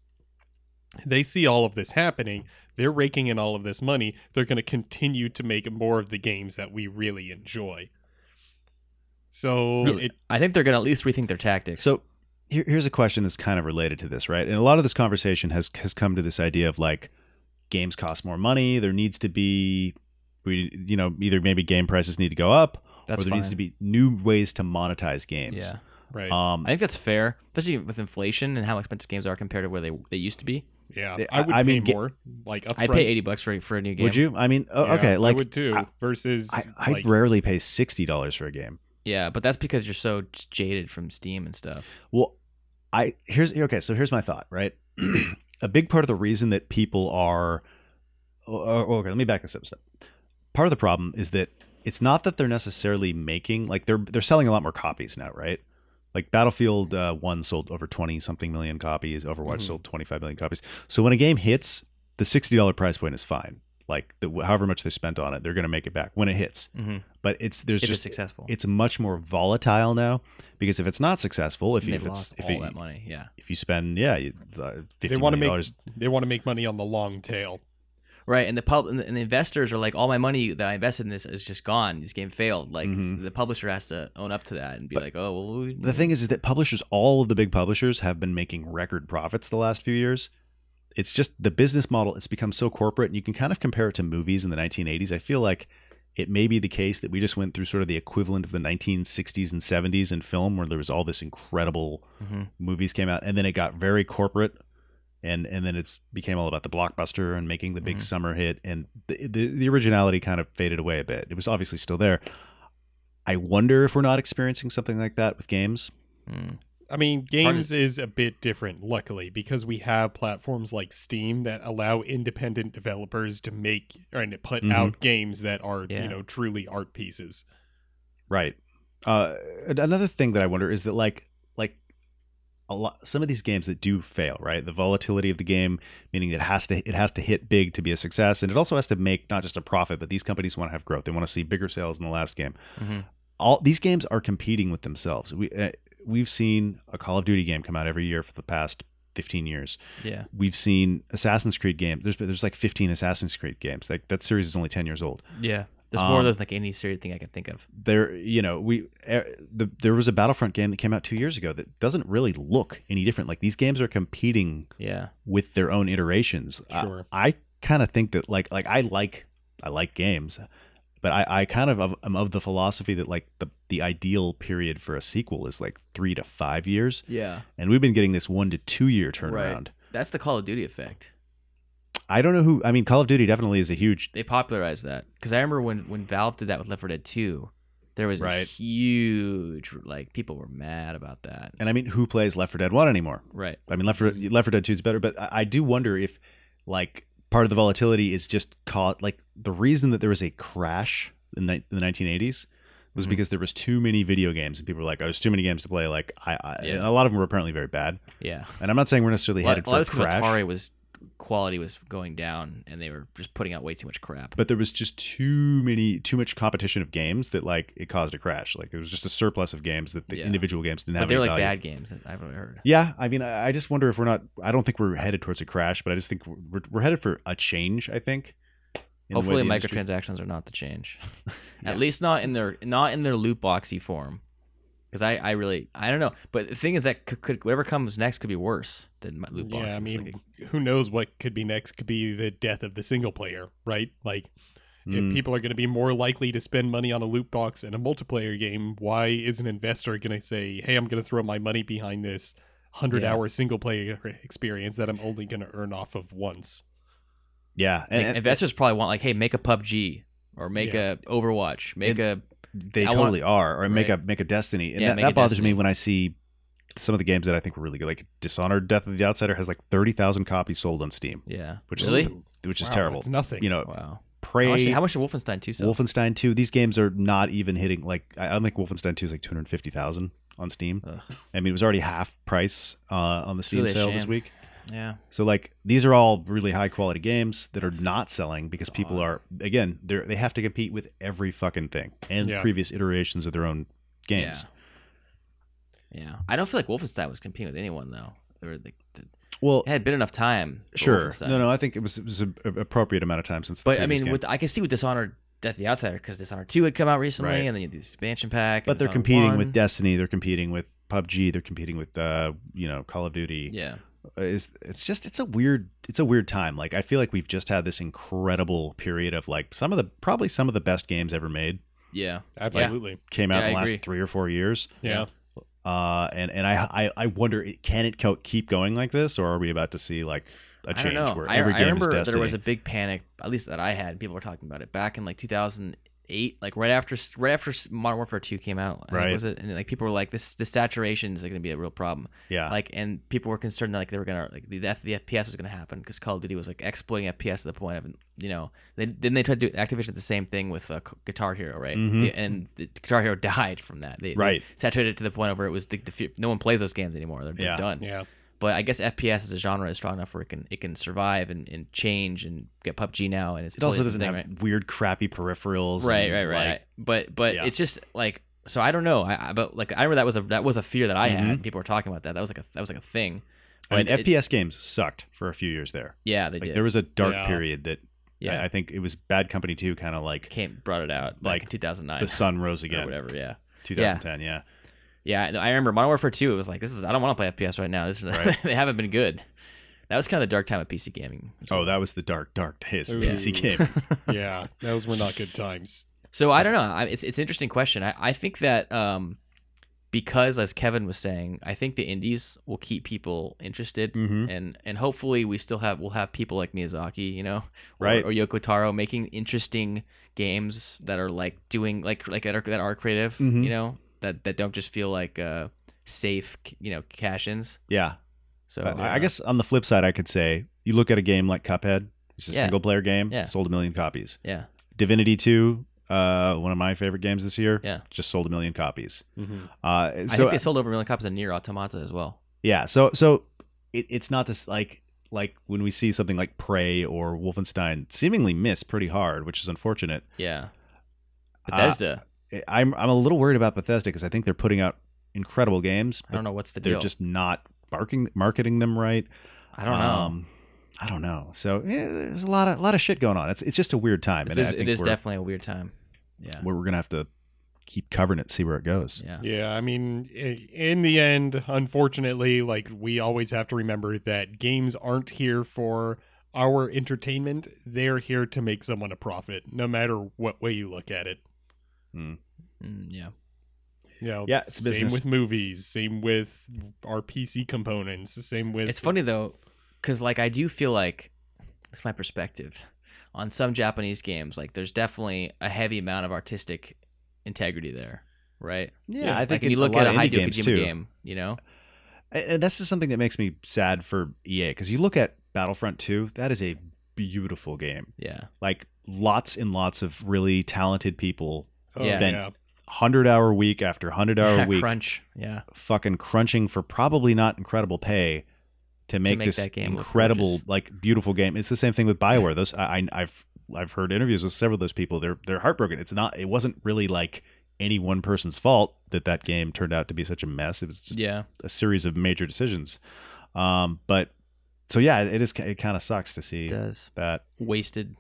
They see all of this happening. They're raking in all of this money. They're going to continue to make more of the games that we really enjoy. So Really? it, I think they're gonna at least rethink their tactics. So here, here's a question that's kind of related to this, right? And a lot of this conversation has has come to this idea of like games cost more money. There needs to be we you know either maybe game prices need to go up that's or there fine. needs to be new ways to monetize games. yeah. right, Um, I think that's fair, especially with inflation and how expensive games are compared to where they they used to be. yeah, they- I would I pay mean, ga- more. Like upfront. I pay eighty bucks for for a new game. would you? I mean, oh, Yeah, okay, like I would too. I- versus I, I like, rarely pay sixty dollars for a game. Yeah, but that's because you're so just jaded from Steam and stuff. Well, I here's okay. So here's my thought. Right, a big part of the reason that people are oh, oh, okay. Let me back this up. a step. Part of the problem is that it's not that they're necessarily making like they're they're selling a lot more copies now, right? Like Battlefield uh, One sold over twenty something million copies. Overwatch Mhm. sold twenty five million copies. So when a game hits, the sixty dollar price point is fine. Like the, however much they spent on it, they're going to make it back when it hits. Mm-hmm. But it's there's It's just successful. it's much more volatile now because if it's not successful, if, And you, they've if it's lost if, all you that money. Yeah. if you spend yeah, you, uh, they fifty want to million make dollars, they want to make money on the long tail. right? And the pub and the, and the investors are like, all my money that I invested in this is just gone. This game failed. Like Mhm. the publisher has to own up to that and be But like, oh well. We, The thing is, is that publishers, all of the big publishers, have been making record profits the last few years. It's just the business model; it's become so corporate, and you can kind of compare it to movies in the 1980s. I feel like it may be the case that we just went through sort of the equivalent of the 1960s and 70s in film, where there was all this incredible Mhm. movies came out, and then it got very corporate, and and then it became all about the blockbuster and making the big Mhm. summer hit, and the, the the originality kind of faded away a bit. It was obviously still there. I wonder if we're not experiencing something like that with games. Mm. I mean, games is a bit different, luckily, because we have platforms like Steam that allow independent developers to make and to put Mhm. out games that are, Yeah. you know, truly art pieces. Right. Uh, an- another thing that I wonder is that like like a lot some of these games that do fail, right? The volatility of the game, meaning it has to it has to hit big to be a success, and it also has to make not just a profit, but these companies want to have growth. They want to see bigger sales than the last game. Mhm. All these games are competing with themselves. We uh, we've seen a Call of Duty game come out every year for the past. 15 years. Yeah. We've seen Assassin's Creed games. There's there's like 15 Assassin's Creed games. Like that series is only 10 years old. Yeah. There's more Um, of those than, like any serious thing I can think of. there you know we er, the, there was a battlefront game that came out two years ago that doesn't really look any different like these games are competing Yeah. with their own iterations I- Sure. i, kind of think that like like i like i like games but i i kind of am of the philosophy that like the the ideal period for a sequel is like three to five years Yeah. and we've been getting this one to two year turnaround That's the Call of Duty effect. i don't know who i mean call of duty definitely is a huge They popularized that because I remember when when Valve did that with Left 4 Dead 2, there was a Right. huge like people were mad about that. and i mean who plays left 4 dead 1 anymore Right. I mean, Left 4, Left 4 Dead 2 is better, but I, I do wonder if, like, part of the volatility is just caught. Like, the reason that there was a crash in ni- the 1980s was Mhm. because there was too many video games, and people were like, "Oh, there's too many games to play." Like, I, I Yeah. and a lot of them were apparently very bad. Yeah. And I'm not saying we're necessarily Well, headed well, for a that's because crash, Atari was quality was going down and they were just putting out way too much crap. but there was just too many, too much competition of games that like it caused a crash. Like, there was just a surplus of games that the Yeah. individual games didn't But have. they're any like value. bad games. that I've never heard. Yeah, I mean, I I just wonder if we're not. I don't think we're headed towards a crash, but I just think we're- we're, we're headed for a change. I think. in the way Hopefully, the industry- microtransactions are not the change. At least not in their not in their loot boxy form. Because I, I really I don't know. But the thing is that could, could whatever comes next could be worse than my loot boxes. Yeah, I mean, Like, who knows what could be next? Could be the death of the single player, right? Like, Mm. if people are going to be more likely to spend money on a loot box in a multiplayer game, why is an investor going to say, "Hey, I'm going to throw my money behind this Yeah. hundred-hour single player experience that I'm only going to earn off of once"? yeah, I think and, and investors probably want like, hey, make a PUBG or make Yeah. a Overwatch, make a they I totally are, or make a right. make a destiny, and Yeah, that, make that a bothers Destiny. me when I see some of the games that I think were really good. Like Dishonored: Death of the Outsider has like thirty thousand copies sold on Steam, yeah, which really is which is Wow, terrible. that's nothing. You know, wow. How much, Prey, how much did Wolfenstein Two sell? Wolfenstein Two. These games are not even hitting like I I don't think Wolfenstein Two is like two hundred fifty thousand on Steam. Ugh. I mean, it was already half price uh, on the Steam really a sale this shame. week. yeah, So like these are all really high quality games that are That's- not selling because that's people odd. are again they are they have to compete with every fucking thing and Yeah. previous iterations of their own games. Yeah. yeah, I don't feel like Wolfenstein was competing with anyone though. Or the, the, Well, it had been enough time. for sure. Wolfenstein. No, no, I think it was it was an appropriate amount of time since. The But I previous mean, game. with I can see with Dishonored Death of the Outsider because Dishonored Two had come out recently, Right. and then you had the expansion pack. and but they're Dishonored competing 1. with Destiny. They're competing with PUBG. They're competing with uh you know Call of Duty. yeah, It's it's just it's a weird it's a weird time. Like I feel like we've just had this incredible period of like some of the probably some of the best games ever made yeah. Absolutely. came out Yeah, in the I last agree. three or four years. Yeah. Yeah. uh, and and I, I I wonder can it co- keep going like this, or are we about to see like a I don't change know. where I, every I game is remember destiny? there was a big panic, at least that I had. People were talking about it back in like 2008, like right after right after Modern Warfare 2 came out. I think, Right. was it? And like people were like, this this saturation is going to be a real problem. yeah, Like, and people were concerned that like they were gonna like the, F- the FPS was gonna happen because Call of Duty was like exploiting FPS to the point of you know they then they tried to do Activision did the same thing with uh, Guitar Hero right Mhm. The- and the Guitar Hero died from that they, they Right. saturated it to the point where it was the, the, no one plays those games anymore they're, they're Yeah. done Yeah. but I guess FPS as a genre is strong enough where it can it can survive and, and change and get PUBG now and it's it also totally doesn't have different weird crappy peripherals. thing, right and, right right, right. like- but but Yeah. it's just like so I don't know I, I but like I remember that was a that was a fear that I Mm-hmm. had people were talking about that that was like a that was like a thing I mean, But it- FPS games sucked for a few years there. yeah they Like did there was a dark Yeah. period that Yeah. I, I think it was Bad Company 2 kind of like Came brought it out like Like, in 2009 the sun rose or again. whatever. Yeah. 2010, yeah. Yeah, I- I remember Modern Warfare 2. It was like this is I don't want to play FPS right now. This is, Right. they haven't been good. That was kind of the dark time of PC gaming. Oh, that was the dark, dark days of Ooh. PC game. yeah, those were not good times. So I don't know. I, it's it's an interesting question. I, I think that um, because as Kevin was saying, I think the indies will keep people interested, Mhm. and and hopefully we still have we'll have people like Miyazaki, you know, or, Right. or Yoko Taro making interesting games that are like doing like like that are that are creative, Mhm. you know, that that don't just feel like uh, safe, you know, cash ins. Yeah. So But I uh, I guess on the flip side, I could say you look at a game like Cuphead, it's a Yeah. single player game, Yeah. sold a million copies. yeah. Divinity 2, uh, one of my favorite games this year, Yeah. just sold a million copies. Mm-hmm. Uh, I so think they sold over a million copies of Nier Automata as well. Yeah. So so it, it's not this like like when we see something like Prey or Wolfenstein seemingly miss pretty hard, which is unfortunate. Yeah. Uh, Bethesda. I- I'm I'm a little worried about Bethesda because I think they're putting out incredible games, I don't but know what's the they're deal. just not barking marketing them right. I don't know. um, I don't know. So yeah, there's a lot of lot of shit going on. It's it's just a weird time, It and I is, it think is we're, definitely a weird time. Yeah. we're we're gonna have to keep covering it, see where it goes. Yeah. Yeah, I mean, i- in the end, unfortunately, like we always have to remember that games aren't here for our entertainment. They're here to make someone a profit, no matter what way you look at it. Mm, yeah. You know, Yeah, it's a same business. with movies, same with our PC components, same with It's funny though, because like I do feel like that's my perspective on some Japanese games. Like there's definitely a heavy amount of artistic integrity there, right? Yeah, I I Like think when you look a lot at a of Hideo indie games Kojima too. game, you know, And- And this is something that makes me sad for EA because you look at Battlefront 2, that is a beautiful game. yeah, Like lots and lots of really talented people, Oh, Yeah. spent 100 hour week after 100 hour week, crunch, yeah, fucking crunching for probably not incredible pay to make, make this that game look incredible, gorgeous. like beautiful game. It's the same thing with Bioware. Those I, I, I've I've heard interviews with several of those people. They're they're heartbroken. It's not. It wasn't really like any one person's fault that that game turned out to be such a mess. It was just yeah. a series of major decisions. Um, but so yeah, it is. It kind of sucks to see It does that wasted.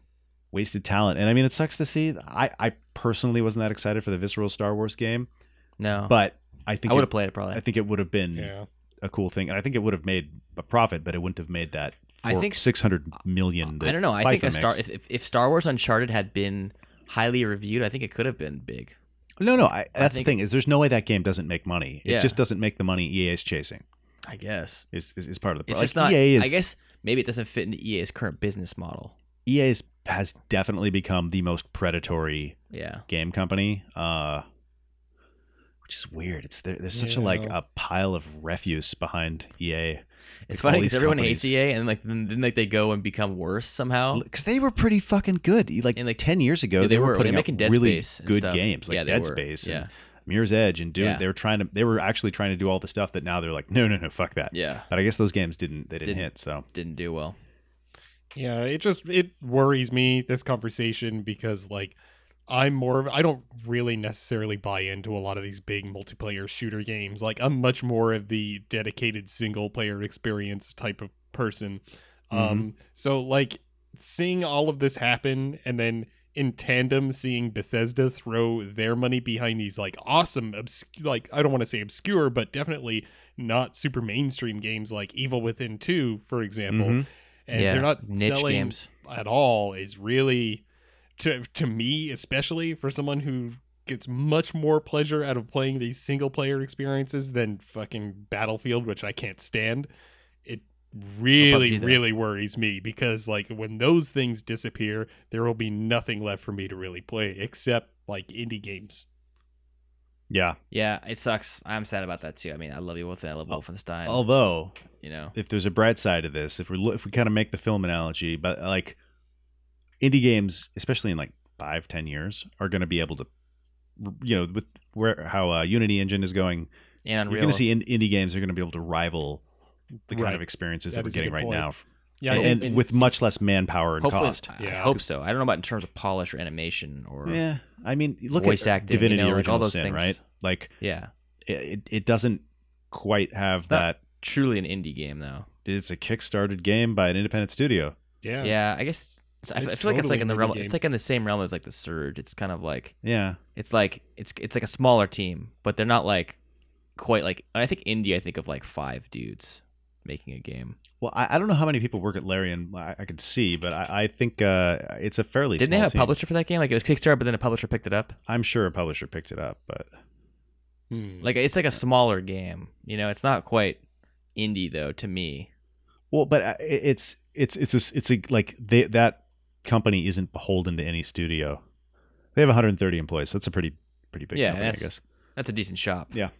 wasted talent, and I mean, it sucks to see. I I personally wasn't that excited for the visceral Star Wars game, No, but I think Uh-huh. I would it- have played it probably. I think it would have been yeah. a cool thing, and I think it would have made a profit, but it wouldn't have made that. I think- six hundred million. I that don't know. I think FIFA a Star if, makes. if if Star Wars Uncharted had been highly reviewed, I think it could have been big. No, no. I, that's think- the thing is, there's no way that game doesn't make money. It Yeah. just doesn't make the money EA is chasing. I guess Is is, is part of the it's problem. just not. EA E is I guess maybe it doesn't fit into EA's current business model. EA E is, has definitely become the most predatory Yeah, game company uh which is weird it's there, there's such a like Yeah. a pile of refuse behind E ea it's Like, all funny these because everyone companies- hates EA, and like then, then like they go and become worse somehow. because they were pretty fucking good You- like, And, and like, like 10 years ago Yeah, they, were, they putting were out making Dead really Space and good stuff. games like Yeah, they dead were. space Yeah, and mirror's edge and doing Yeah. they were trying to they were actually trying to do all the stuff that now they're like no no no fuck that yeah, but i guess those games didn't they didn't, Didn't. hit so didn't do well. Yeah, it just it worries me this conversation because like I'm more of I don't really necessarily buy into a lot of these big multiplayer shooter games. Like I'm much more of the dedicated single player experience type of person. Um so like seeing all of this happen and then in tandem seeing Bethesda throw their money behind these like awesome obscure like I don't want to say obscure but definitely not super mainstream games like Evil Within 2 for example Mhm. and yeah, they're not niche selling games. at all is really to to me especially for someone who gets much more pleasure out of playing these single player experiences than fucking Battlefield which I can't stand it really PUBG though. really worries me because like when those things disappear there will be nothing left for me to really play except like indie games yeah Yeah, it sucks. I'm sad about that too. I mean, I love you with I love Al- Wolfenstein. although you know, if there's a bright side to this, if we lo- if we kind of make the film analogy, but like indie games, especially in like five ten years, are going to be able to, you know, with where how uh, Unity Engine is going, and you're Unreal. going to see in, indie games are going to be able to rival the kind Right. of experiences That that we're is a getting good right point. now, yeah and, and with it's- much less manpower and Hopefully, cost. I, I Yeah. hope so. I don't know about in terms of polish or animation or yeah, Yeah, I mean, look Voice at acting, you Divinity know, like all Original those Sin, things. right? Like it, it, it doesn't quite have It's not- that. truly an indie game though. It's a kickstarted game by an independent studio. yeah Yeah, I guess So I, f- I It's feel like it's like totally in the mini realm. game. It's like in the same realm as like the Surge. It's kind of like Yeah. it's like it's it's like a smaller team, but they're not like quite like. I think indie. I think of like five dudes making a game. Well, I, I don't know how many people work at Larian. I, I could see, but I, I think uh, it's a fairly Didn't they small have a team. publisher for that game? Like it was Kickstarter, but then a publisher picked it up. I'm sure a publisher picked it up, but Hmm. Like it's like a smaller game. You know, it's not quite indie though to me. well, but uh, it- it's it's it's a, it's a like they, that company isn't beholden to any studio. They have 130 employees, so that's a pretty pretty big Yeah, company, I that's- guess. That's a decent shop. Yeah.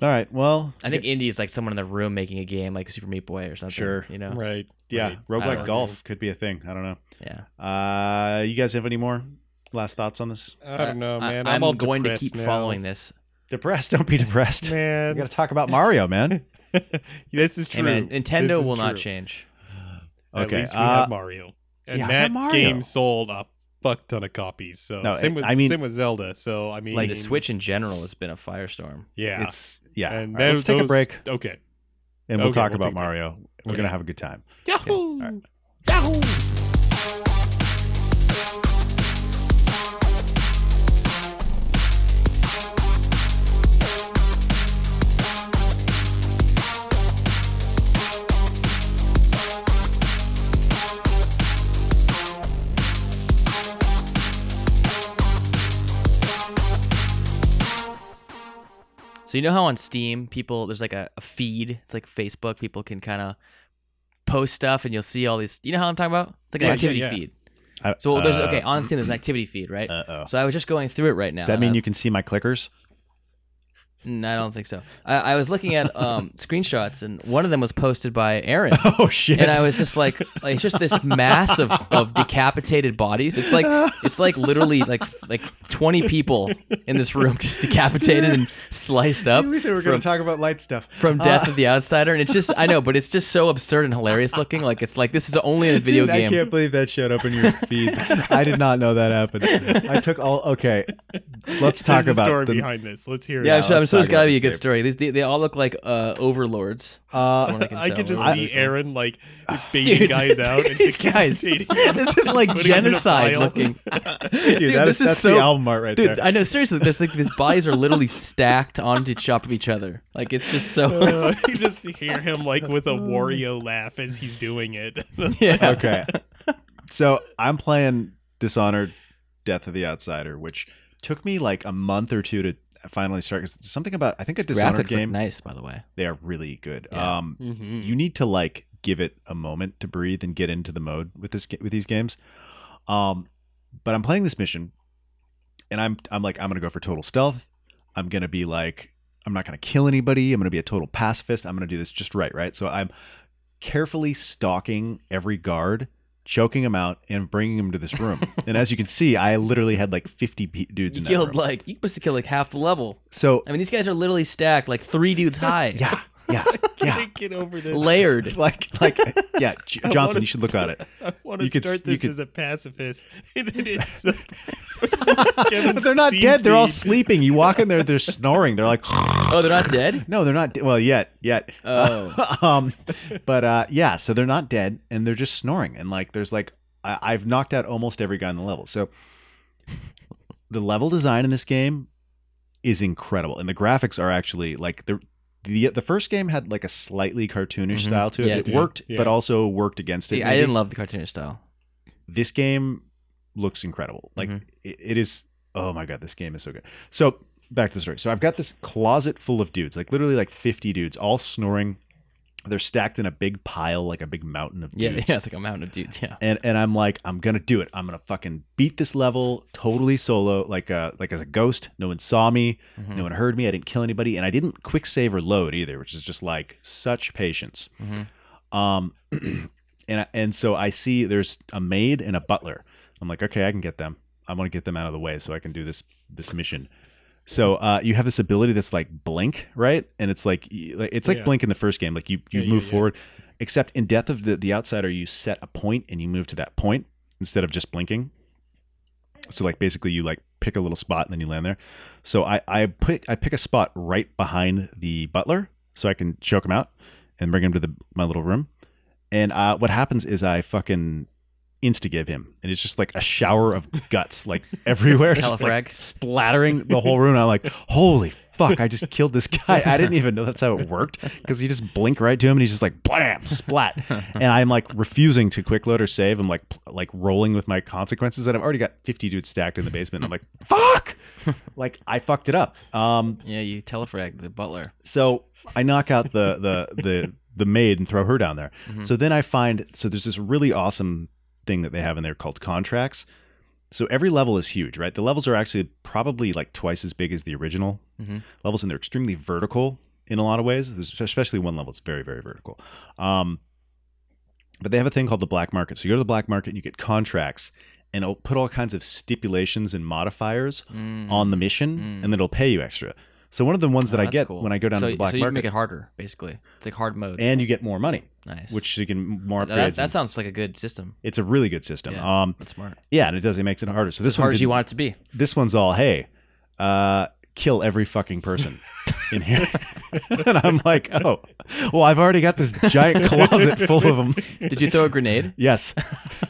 All right. Well, I think indie is like someone in the room making a game, like Super Meat Boy or something. Sure. You know. right. yeah, right. I robot don't know. golf could be a thing. I don't know. Yeah. Uh, you guys have any more last thoughts on this? I don't know, Oh, man. I, I'm, am all going to depressed keep now. following this. Depressed? Don't be depressed. We got Man, to talk about Mario, man. this is Hey, true. man, Nintendo This is will not true. change. Okay. At least we uh, have Mario, and yeah, we that have Mario. game sold a fuck ton of copies. So No, same with I mean- same with Zelda. So I mean, Like the Switch in general has been a firestorm. Yeah, It's yeah. And All right, let's those- take a break Okay. and we'll okay, talk we'll about take a break. Mario. We're Okay. gonna have a good time. Yahoo! So you know how on Steam people there's like a, a feed. It's like Facebook. People can kind of post stuff, and you'll see all these. You know how I'm talking about? It's like an Yeah, yeah, activity yeah. feed. I- So there's uh, okay on Steam. There's an activity feed, right? Uh oh. so I was just going through it right now. Does that mean you can see my clickers? can? "Mm, I don't think so. I, I was looking at um, screenshots, and one of them was posted by Aaron. Oh shit! and I was just like, like, it's just this mass of, of decapitated bodies. It's like it's like literally like like twenty people in this room just decapitated and sliced up we said we were from, gonna talk about light stuff. from Death of the Outsider, and it's just I know, but it's just so absurd and hilarious looking. Like it's like this is only in a video Dude, I game. can't believe that showed up in your feed. I did not know that happened. I took all. Okay, let's talk There's a about story the. behind this. Let's hear Yeah, it. I'm sure, I'm let's sure it's talk got about to be a this good game. story. These they, they all look like uh, overlords. Uh, From what I could tell. just What- see Aaron like baiting Dude, guys look out at and these guys. decapitating them. This is like Putting them in a genocide pile. looking. dude, Dude, that this is, is that's so- the album art right Dude, there. I know seriously. There's like these bodies are literally stacked onto top of each other. Like it's just so. Uh, you just hear him like with a Wario laugh as he's doing it. yeah. okay, so I'm playing Dishonored: Death of the Outsider, which took me like a month or two to finally start. 'cause something about I think a Dishonored Graphics look game. nice, by the way. They are really good. Yeah. Um, Mhm. you need to like give it a moment to breathe and get into the mode with this ga- with these games. Um, but I'm playing this mission, and I'm I'm like I'm gonna go for total stealth. I'm gonna be like I'm not gonna kill anybody. I'm gonna be a total pacifist. I'm gonna do this just right, right. So I'm carefully stalking every guard, choking him out, and bringing him to this room. and as you can see, I literally had like 50 pe- dudes You in killed that room. like you must have killed like half the level. so I mean, these guys are literally stacked like three dudes high, yeah, yeah, yeah. Can't get over this. layered. like like yeah, J- I Johnson, wanna you should look at it. I want to You could- start you this could- as a pacifist. And it is But they're not dead. They're all sleeping. You walk in there, they're snoring. They're like, Oh, they're not dead. no, they're not. De- well, yet, yet. Oh, um, but uh, yeah, so they're not dead, and they're just snoring. And like, there's like, I- I've knocked out almost every guy on the level. So the level design in this game is incredible, and the graphics are actually like the the the first game had like a slightly cartoonish Mhm. style to it. Yeah, it it did. worked, Yeah. but also worked against it. See, I maybe. didn't love the cartoonish style. this game looks incredible. Like Mhm. it- it is. Oh my god, this game is so good. So back to the story. So I've got this closet full of dudes, like literally like fifty dudes, all snoring. They're stacked in a big pile, like a big mountain of Yeah, dudes. yeah, it's like a mountain of dudes. Yeah, And and I'm like, I'm gonna do it. I'm gonna fucking beat this level totally solo, like a like as a ghost. No one saw me. Mhm. No one heard me. I didn't kill anybody, and I didn't quick save or load either, which is just like such patience. Mhm. Um, and I- and so I see there's a maid and a butler. I'm like, okay, I can get them. I want to get them out of the way so I can do this this mission. So uh, you have this ability that's like blink, right? And it's like y- like- it's like Yeah. blink in the first game. Like you you Yeah, yeah, move yeah. forward, except in Death of the, the Outsider, you set a point and you move to that point instead of just blinking. So like basically you like pick a little spot and then you land there. So I I pick I pick a spot right behind the butler so I can choke him out and bring him to the my little room. And uh, what happens is I fucking insta give him, and it's just like a shower of guts like everywhere, just like Telefrag. splattering the whole room. And I'm like, holy fuck! I just killed this guy. I didn't even know that's how it worked because you just blink right to him, and he's just like blam splat. And I'm like refusing to quick load or save. I'm like pl- like rolling with my consequences, and I've already got 50 dudes stacked in the basement. And I'm like, fuck! Like I fucked it up. Um, Yeah, you telefrag the butler. so I knock out the the the the maid and throw her down there. Mm-hmm. So then I find so there's this really awesome thing that they have in there called contracts. So every level is huge, right? The levels are actually probably like twice as big as the original Mhm. levels, and they're extremely vertical in a lot of ways. There's especially one level, it's very very vertical. Um, but they have a thing called the black market. So you go to the black market and you get contracts, and it'll put all kinds of stipulations and modifiers Mm. on the mission, and then it'll pay you extra. So one of the ones that Oh, I that's get cool. when I go down so, to the black so you market, can make it harder, basically. It's like hard mode. and you get more money, nice. which you can more that, upgrades. that, and- that sounds like a good system. it's a really good system. Yeah. Um, That's smart. yeah, and it does it makes it harder. So this As one, hard as you didn't- want it to be. this one's all hey, uh, kill every fucking person in here, and I'm like, oh, well, I've already got this giant closet full of them. Did you throw a grenade? Yes,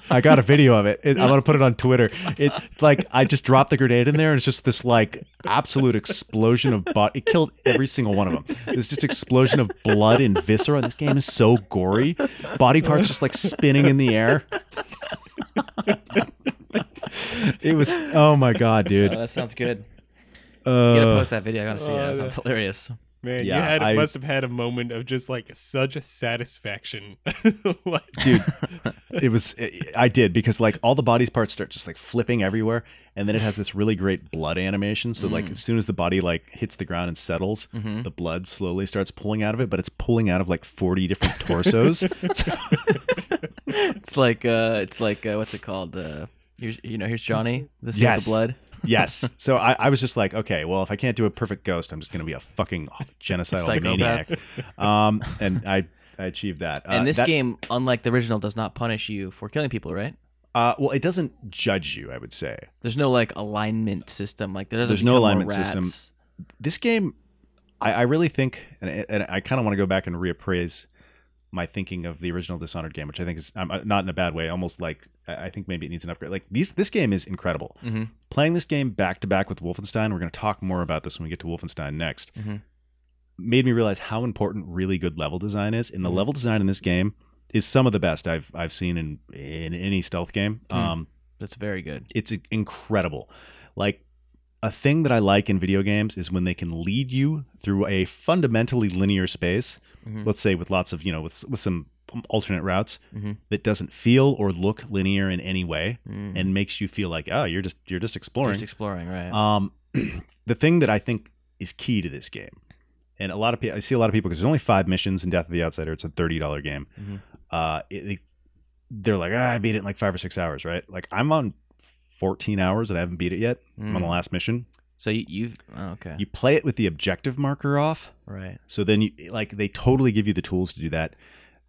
I got a video of it. it I'm gonna put it on Twitter. It like I just dropped the grenade in there, and it's just this like absolute explosion of body. It killed every single one of them. It's just explosion of blood and viscera. This game is so gory. Body parts just like spinning in the air. it was oh my god, Oh, dude. that sounds good. You gotta Uh, post that video. I gotta see it. That sounds hilarious. Man, you Yeah, had I- must have had a moment of just like such a satisfaction. like, dude, it was. I did because like all the body parts start just like flipping everywhere, and then it has this really great blood animation. So Mm. like as soon as the body like hits the ground and settles, Mm-hmm. the blood slowly starts pulling out of it, but it's pulling out of like forty different torsos. It's like uh, it's like uh, what's it called? Uh, here's, you know, here's Johnny. This Yes. is the blood. yes. So I, I was just like, okay, well if I can't do a perfect ghost, I'm just gonna be a fucking genocidal Psychopath. maniac. Um, and I. I achieved that. Uh, and this that- game, unlike the original, does not punish you for killing people, right? uh, well, it doesn't judge you. I would say There's no like alignment system. Like there doesn't. There's no become more alignment system. rats. this game, I, I really think, and, and I kind of want to go back and reappraise my thinking of the original Dishonored game, which I think is I'm I'm not in a bad way. Almost like I I think maybe it needs an upgrade. Like these, this game is incredible. Mhm. Playing this game back to back with Wolfenstein, we're going to talk more about this when we get to Wolfenstein next. Mhm. Made me realize how important really good level design is, and the level design in this game is some of the best I've I've seen in in any stealth game. Hmm. Um, That's very good. it's incredible. Like a thing that I like in video games is when they can lead you through a fundamentally linear space, Mhm. let's say with lots of, you know, with with some alternate routes Mhm. that doesn't feel or look linear in any way Mm. and makes you feel like, "Oh, you're just you're just exploring." Just exploring, right? Um, the thing that I think is key to this game, and a lot of people, I see a lot of people because there's only five missions in Death of the Outsider. It's a thirty dollar game. Mhm. Uh, it, they, they're like, ah, I beat it in like five or six hours, right? Like I'm on fourteen hours and I haven't beat it yet. I'm on Mm. the last mission. So you, you've oh, okay, You play it with the objective marker off, right? so then you like they totally give you the tools to do that.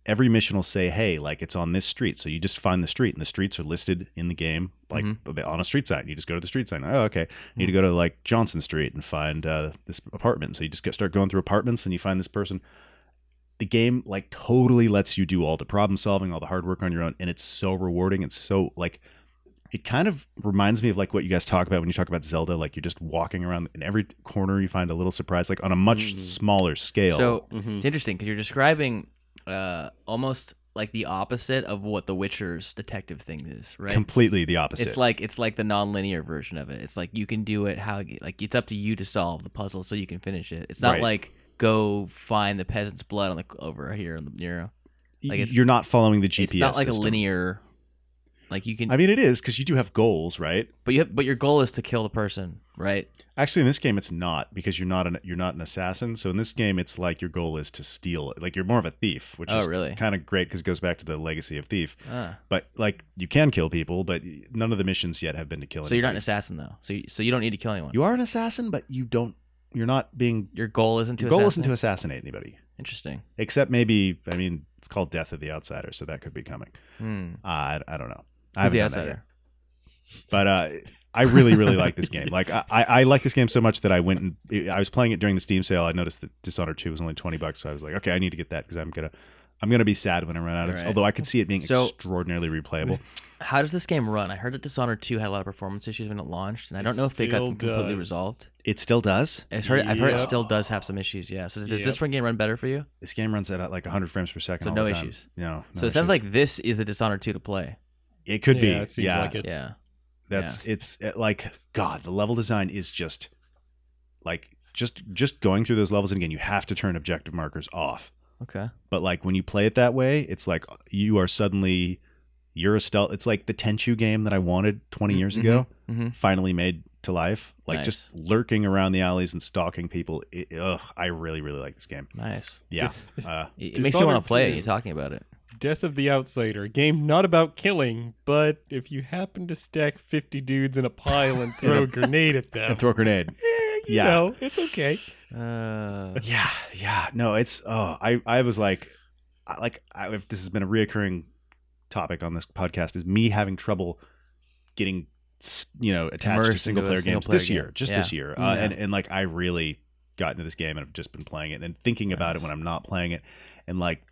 Every mission will say, "Hey, like it's on this street." So you just find the street, and the streets are listed in the game, like on a street sign. You just go to the street sign. Oh, okay. I need to go to like Johnson Street and find uh, this apartment. So you just get, start going through apartments, and you find this person. The game like totally lets you do all the problem solving, all the hard work on your own, and it's so rewarding. It's so like it kind of reminds me of like what you guys talk about when you talk about Zelda. Like you're just walking around in every corner, you find a little surprise, like on a much Mm. smaller scale. So mm-hmm. Mhm. it's interesting because you're describing uh, almost like the opposite of what The Witcher's detective thing is, right? completely the opposite. It's like it's like the nonlinear version of it. It's like you can do it how like it's up to you to solve the puzzle so you can finish it. It's not Right. like go find the peasant's blood on the over here on the near. like it's- you're not following the GPS. It's not like system. a linear. Like you can, I mean, it is because you do have goals, right? but you have, but your goal is to kill the person, right? Actually, in this game, it's not because you're not an you're not an assassin. So in this game, it's like your goal is to steal. Like you're more of a thief, which Oh, is really? kind of great because it goes back to the legacy of thief. Ah. But like you can kill people, but none of the missions yet have been to kill. So you're not an anybody. assassin though. So you, so you don't need to kill anyone. You are an assassin, but you don't. You're not being. your goal isn't to Your goal isn't assassinate. to assassinate anybody, Interesting. except maybe. I mean, it's called Death of the Outsider, so that could be coming. Hmm. Uh, I, I don't know. I Who's haven't the done that yet. outsider? but uh, I really, really like this game. Like I, I I like this game so much that I went and I was playing it during the Steam sale. I noticed that Dishonored Two was only twenty bucks, so I was like, okay, I need to get that because I'm gonna, I'm gonna be sad when I run out of this. Right. Although I could see it being So- extraordinarily replayable. How does this game run? I heard that Dishonored 2 had a lot of performance issues when it launched, and I don't It know if they got still them completely does. resolved. It still does. I've heard, I've heard it Yep. still does have some issues, yeah. So does Yep. this one game run better for you? This game runs at uh, like 100 frames per second. So all no the time. issues. No. no so it sounds issues. like this is the Dishonored 2 to play. it could be. Yeah, it seems yeah, like it. Yeah. that's it's uh, like God. The level design is just like just just going through those levels, and again, you have to turn objective markers off. Okay. but like when you play it that way it's like uh, you are suddenly you're a stealth it's like the tenchu game that i wanted 20 years Mhm. ago Mm-hmm. finally made to life like Nice. just lurking around the alleys and stalking people it, ugh, i really really like this game Nice. yeah uh, It, it makes you want Dishonored to play it. 2. You're talking about it. Death of the Outsider, a game not about killing, but if you happen to stack 50 dudes in a pile and throw a grenade at them, and throw a grenade eh, you Yeah. know, it's okay. Uh, yeah yeah no it's oh i i was like I, like I, if this has been a reoccurring topic on this podcast is me having trouble getting s- you know attached Immersed to into single a player single games player this game. year just this year uh, and, and like i really got into this game and i've just been playing it and thinking about it when i'm not playing it and like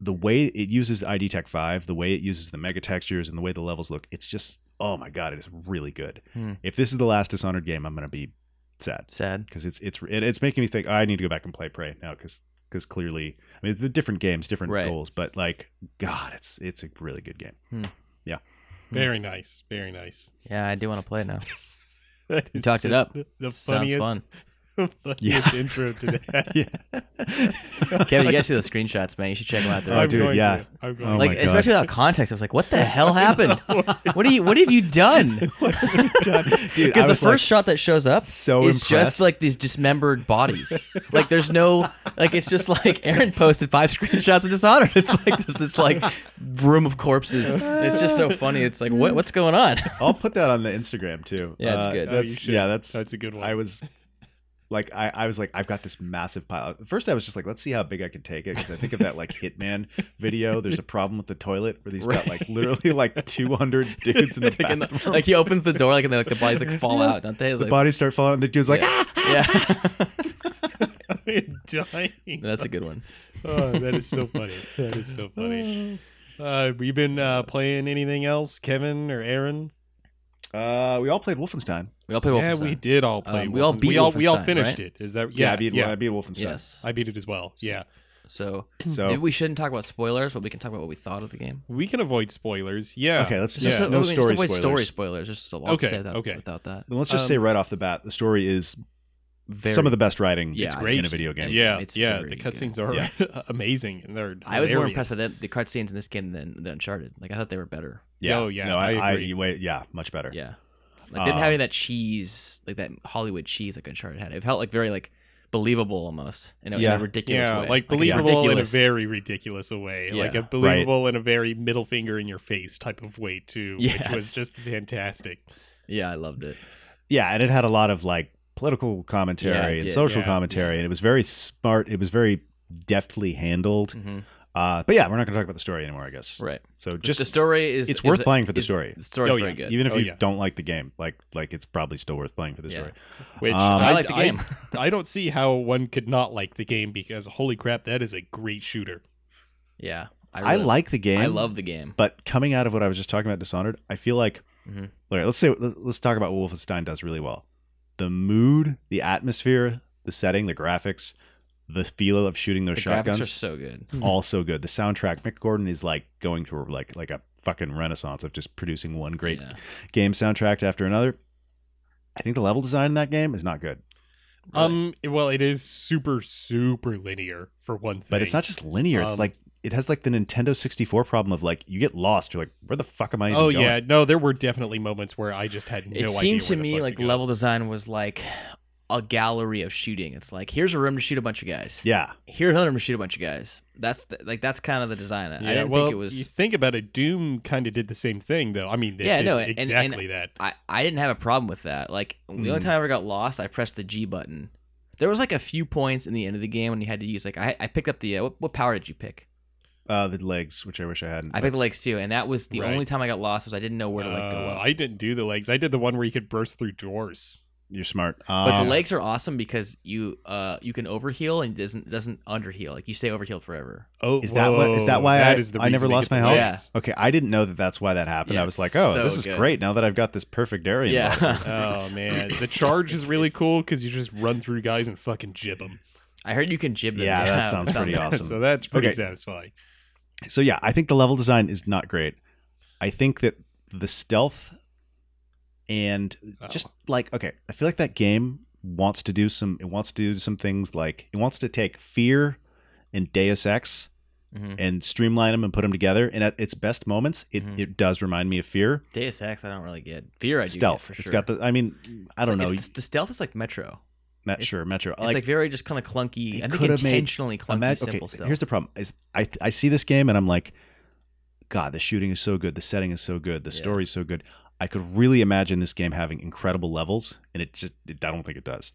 the way it uses id tech 5 the way it uses the mega textures and the way the levels look it's just oh my god it is really good Hmm. if this is the last dishonored game i'm gonna be sad sad. because it's it's it, it's making me think I need to go back and play Prey now because because clearly I mean it's the different games, different Right. goals, but like God, it's it's a really good game. Hmm. Very nice. Very nice. Yeah, I do want to play it now. That is talked it just up. The, the Sounds funniest, fun. funniest Yeah. intro to that. yeah. Kevin, you guys see the screenshots, man. You should check them out. They're Oh, I'm like, dude, going yeah. to. I'm Oh going like my God. especially without context, I was like, "What the hell happened? what do you? What have you done?" Dude, I Because the was first shot that shows up so is impressed. just like these dismembered bodies. like there's no like it's just like Aaron posted five screenshots of Dishonored. It's like this this like room of corpses. It's just so funny. It's like what what's going on? like, I'll put that on the Instagram too. Yeah, it's Uh, good. Oh, you That's, should. yeah, that's That's a good one. I was like I, I was like I've got this massive pile. At First, I was just like, let's see how big I can take it because I think of that like Hitman video. There's a problem with the toilet where he's got like literally like 200 dudes in the like, in bathroom. the- like, he opens the door like and they like the bodies like fall out, don't they? the Like, bodies start falling, and the dude's like, yeah. ah! yeah. I'm dying. That's a good one. oh, that is so funny. That is so funny. Uh, have you been uh, playing anything else, Kevin or Aaron? Uh, we all played Wolfenstein. We all play yeah, Wolfenstein. we did all play. Um, we all Wolfen- beat We all, we all Wolfenstein, finished right? it. Is that Yeah, yeah? uh, I beat yeah. I beat Wolfenstein. Yes. I beat it as well. Yeah. So So maybe we shouldn't talk about spoilers, but we can talk about what we thought of the game. We can avoid spoilers. Yeah. okay, let's It's Just just Yeah. so- no I mean, story just avoid spoilers. story spoilers. There's just a lot Okay, to say that, okay. without that. And let's just say Um, right off the bat, the story is Very, some of the best writing Yeah, in great. a video game. Yeah. It's yeah. very The good. cutscenes are Yeah. amazing, and they're. I was more hilarious. impressed with them, the cutscenes in this game than, than Uncharted. Like I thought they were better. Oh, yeah, No, I, I I, agree. you wait, yeah, much better. Yeah, like they didn't Um, have any of that cheese, like that Hollywood cheese like Uncharted had. It felt like very like believable almost in a, in a Yeah. ridiculous Yeah, way. like it's believable in a ridiculous. very ridiculous a way, like Yeah. a believable in a very middle finger in your face type of way too, which was Yes. just fantastic. Yeah, I loved it. Yeah, and it had a lot of like political Yeah, commentary it and did, social yeah. commentary, and it was very smart. It was very deftly handled. hmm Uh, but yeah, we're not going to talk about the story anymore, I guess. Right. So Just just the story is. it's is- worth playing for the is- story. The story's Oh, very yeah. good. even if Oh, you yeah. don't like the game, like like it's probably still worth playing for the Yeah. story. Which Um, I like the I- game. I don't see how one could not like the game because holy crap, that is a great shooter. yeah, I, really- like the game. I love the game. But coming out of what I was just talking about, Dishonored, I feel like, Mhm. all right, let's say let's let's talk about what Wolfenstein does really well. The mood, the atmosphere, the setting, the graphics, the feel of shooting those The graphics are hmm. shotguns, so good. all so good. The soundtrack, Mick Gordon is like going through like like a fucking renaissance of just producing one great Yeah. game soundtrack after another. I think the level design in that game is not good, Really. Um, well, it is super super linear for one thing, but it's not just linear. it's Um, like it has like the Nintendo 64 problem of like you get lost. You're like, where the fuck am I? Even Oh going? yeah, no, there were definitely moments where I just had no it idea. seemed to where the fuck me like go. level design was like a gallery of shooting. It's like here's a room to shoot a bunch of guys. yeah. Here's another room to shoot a bunch of guys. That's the, like that's kind of the design. I- I didn't well, think it You was. think about it, Doom kind of did the same thing, though. I mean, they Yeah, did no, and- and- exactly that. I, I didn't have a problem with that. Like Hmm. the only Mhm. time I ever got lost, I pressed the G button. There was like a few points in the end of the game when you had to use like I, I picked up the uh, what, what power did you pick? Uh, the legs, which I wish I hadn't. I but- picked the legs too, and that was the Uh, Right. only time I got lost was I didn't know where to like go. Uh, Up. I didn't do the legs. I did the one where you could burst through doors. You're smart. But Um, the legs are awesome because you uh you can overheal and doesn't doesn't underheal. Like you stay overhealed forever. Oh, Is that what- is that why I- I never reason they lost get my the health? legs. Okay, I didn't know that that's why that happened. Yeah, I was like, oh, so this is good. great. Now that I've got this perfect area. Yeah. Oh man, the charge is really cool because you just run through guys and fucking jib them. I heard you can jib them. Yeah, that sounds pretty awesome. so that's pretty Okay. satisfying. So yeah, I think the level design is not great. I think that the stealth and Oh. just like okay, I feel like that game wants to do some it wants to do some things like it wants to take fear and Deus Ex hmm and streamline them and put them together. And at its best moments, it, Mhm. it does remind me of fear. Deus Ex, I don't really get fear. I do get stealth. for sure. It's got the. I mean, I don't know. It's- the stealth is like Metro. Met, it's- sure, Metro. It's like, very just kind of clunky. It I think could have made- intentionally clunky, Imagine, simple okay, stuff. here's the problem: is I I see this game and I'm like, God, the shooting is so good, the setting is so good, the Yeah. story is so good. I could really imagine this game having incredible levels, and it just it, I don't think it does.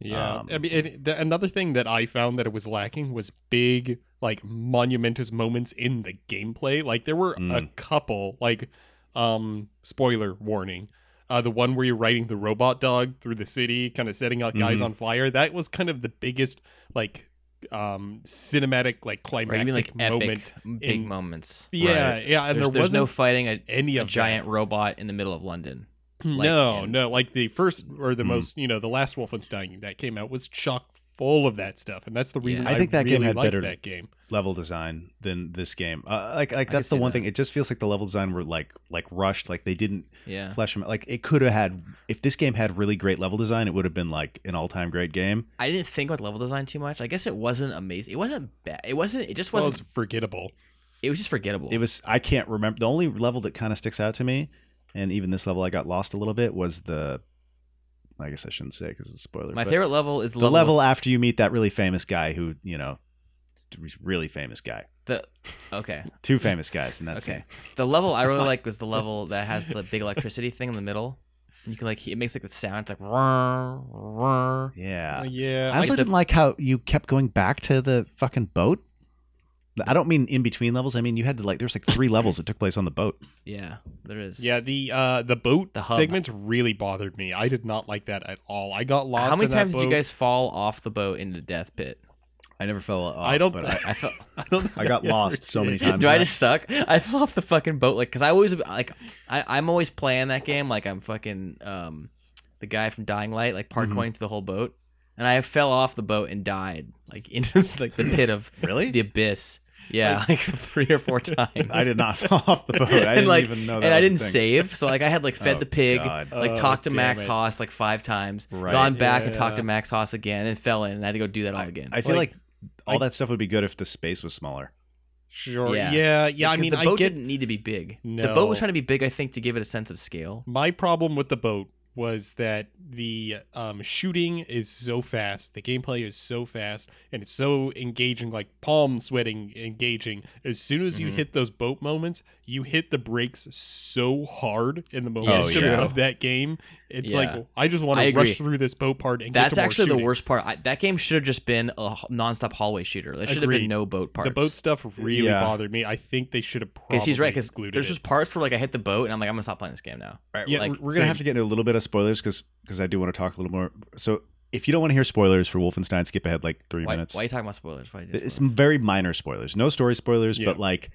Yeah, Um, I mean, it, the, another thing that I found that it was lacking was big, like monumentous moments in the gameplay. Like there were a Mm. couple, like, um, spoiler warning, uh, the one where you're riding the robot dog through the city, kind of setting out guys Mm-hmm. Mhm. on fire. That was kind of the biggest, like, um, cinematic, like Or climactic you mean like moment. epic, big in- moments. Yeah, yeah, there's, and there there's wasn't no fighting a, any a of that. giant robot in the middle of London. like, Hmm. no, and- no, like the first or the Mm. most, you know, the last Wolfenstein that came out was chock full of that stuff, and that's the Yeah. reason I I think that game really had liked better- that game. Level design than this game, uh, like like I that's could the see one that. thing. It just feels like the level design were like like rushed, like they didn't Yeah. flesh them. Like it could have had if this game had really great level design, it would have been like an all time great game. I didn't think about level design too much. I guess it wasn't amazing. It wasn't bad. It wasn't. It just Well, wasn't. it's forgettable. it was just forgettable. It was I can't remember the only level that kind of sticks out to me, and even this level I got lost a little bit was the. I guess I shouldn't say because it's a spoiler. My but favorite level is the level, with- after you meet that really famous guy who you know, he's really famous guy, The okay, two famous guys, and that's okay. it. The level I really like was the level that has the big electricity thing in the middle. And you can like it makes like the sound. It's like "Rrrr, rrrr." Yeah. Uh, yeah, I also like the- didn't like how you kept going back to the fucking boat. I don't mean in between levels. I mean you had to like there's like three levels that took place on the boat. yeah, there is. Yeah, the uh the boat The hub. segments really bothered me. I did not like that at all. I got lost. How many in that times did you boat. guys fall off the boat into the death pit? I never fell off. I don't. But I, I felt. I don't. think I got ever lost so did. many times. Do I not- just suck? I fell off the fucking boat like because I always like I, I'm always playing that game like I'm fucking um the guy from Dying Light like parkouring through the whole boat and I fell off the boat and died like into like the pit of really. the abyss. Yeah, like three or four times. I did not fall off the boat. I And, didn't like- even know that. and I was a didn't thing. save, so like I had like fed Oh, the pig, God. like Oh, talked to damn Max it. Haas like five times, Right. gone back and talked Yeah. to Max Haas again, and fell in, and I had to go do that all I- again. I feel Like, like, all I- that stuff would be good if the space was smaller. Sure. Yeah. Yeah. Yeah. I Because mean, the boat I get didn't need to be big. The boat was No. trying to be big, I think, to give it a sense of scale. my problem with the boat was that the um, shooting is so fast, the gameplay is so fast, and it's so engaging, like palm sweating engaging. As soon as you Mhm. hit those boat moments, you hit the brakes so hard in the Yes, momentum true. of that game. It's Oh, Yeah. like I just want I to agree. rush through this boat part and That's get to more actually the shooting. worst part. I, that game should have just been a h- nonstop hallway shooter. There should have Agreed. been no boat parts. The boat stuff really Yeah. bothered me. I think they should have probably because he's right. Because excluded there's it. just parts where like I hit the boat, and I'm like, I'm gonna stop playing this game now. Right. Yeah, like, we're gonna have to get into a little bit of spoilers because I do want to talk a little more. So if you don't want to hear spoilers for Wolfenstein, skip ahead like three Why, minutes. why are you talking about spoilers? Why are you doing it's spoilers? some very minor spoilers, no story spoilers, Yeah. but like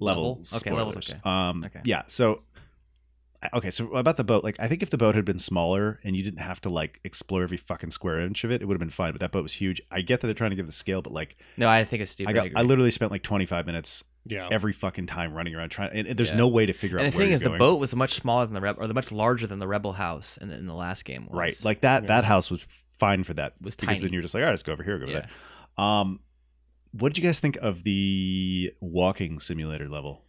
level, Level? Okay, levels, spoilers. okay. Um, Okay. yeah. So I- okay, so about the boat, like I think if the boat had been smaller and you didn't have to like explore every fucking square inch of it, it would have been fine. But that boat was huge. I get that they're trying to give the scale, but like no, I think it's stupid. I got, I, agree. literally spent like 25 minutes yeah. every fucking time running around trying, and, and there's Yeah. no way to figure out. And the where thing you're is, the going. boat was much smaller than the rebel, or the much larger than the rebel house in the, in the last game. Was. Right. Like that that Yeah. house was fine for that. Was because then tiny. you're just like, all right, let's go over here, go over yeah. there. Um what did you guys think of the walking simulator level?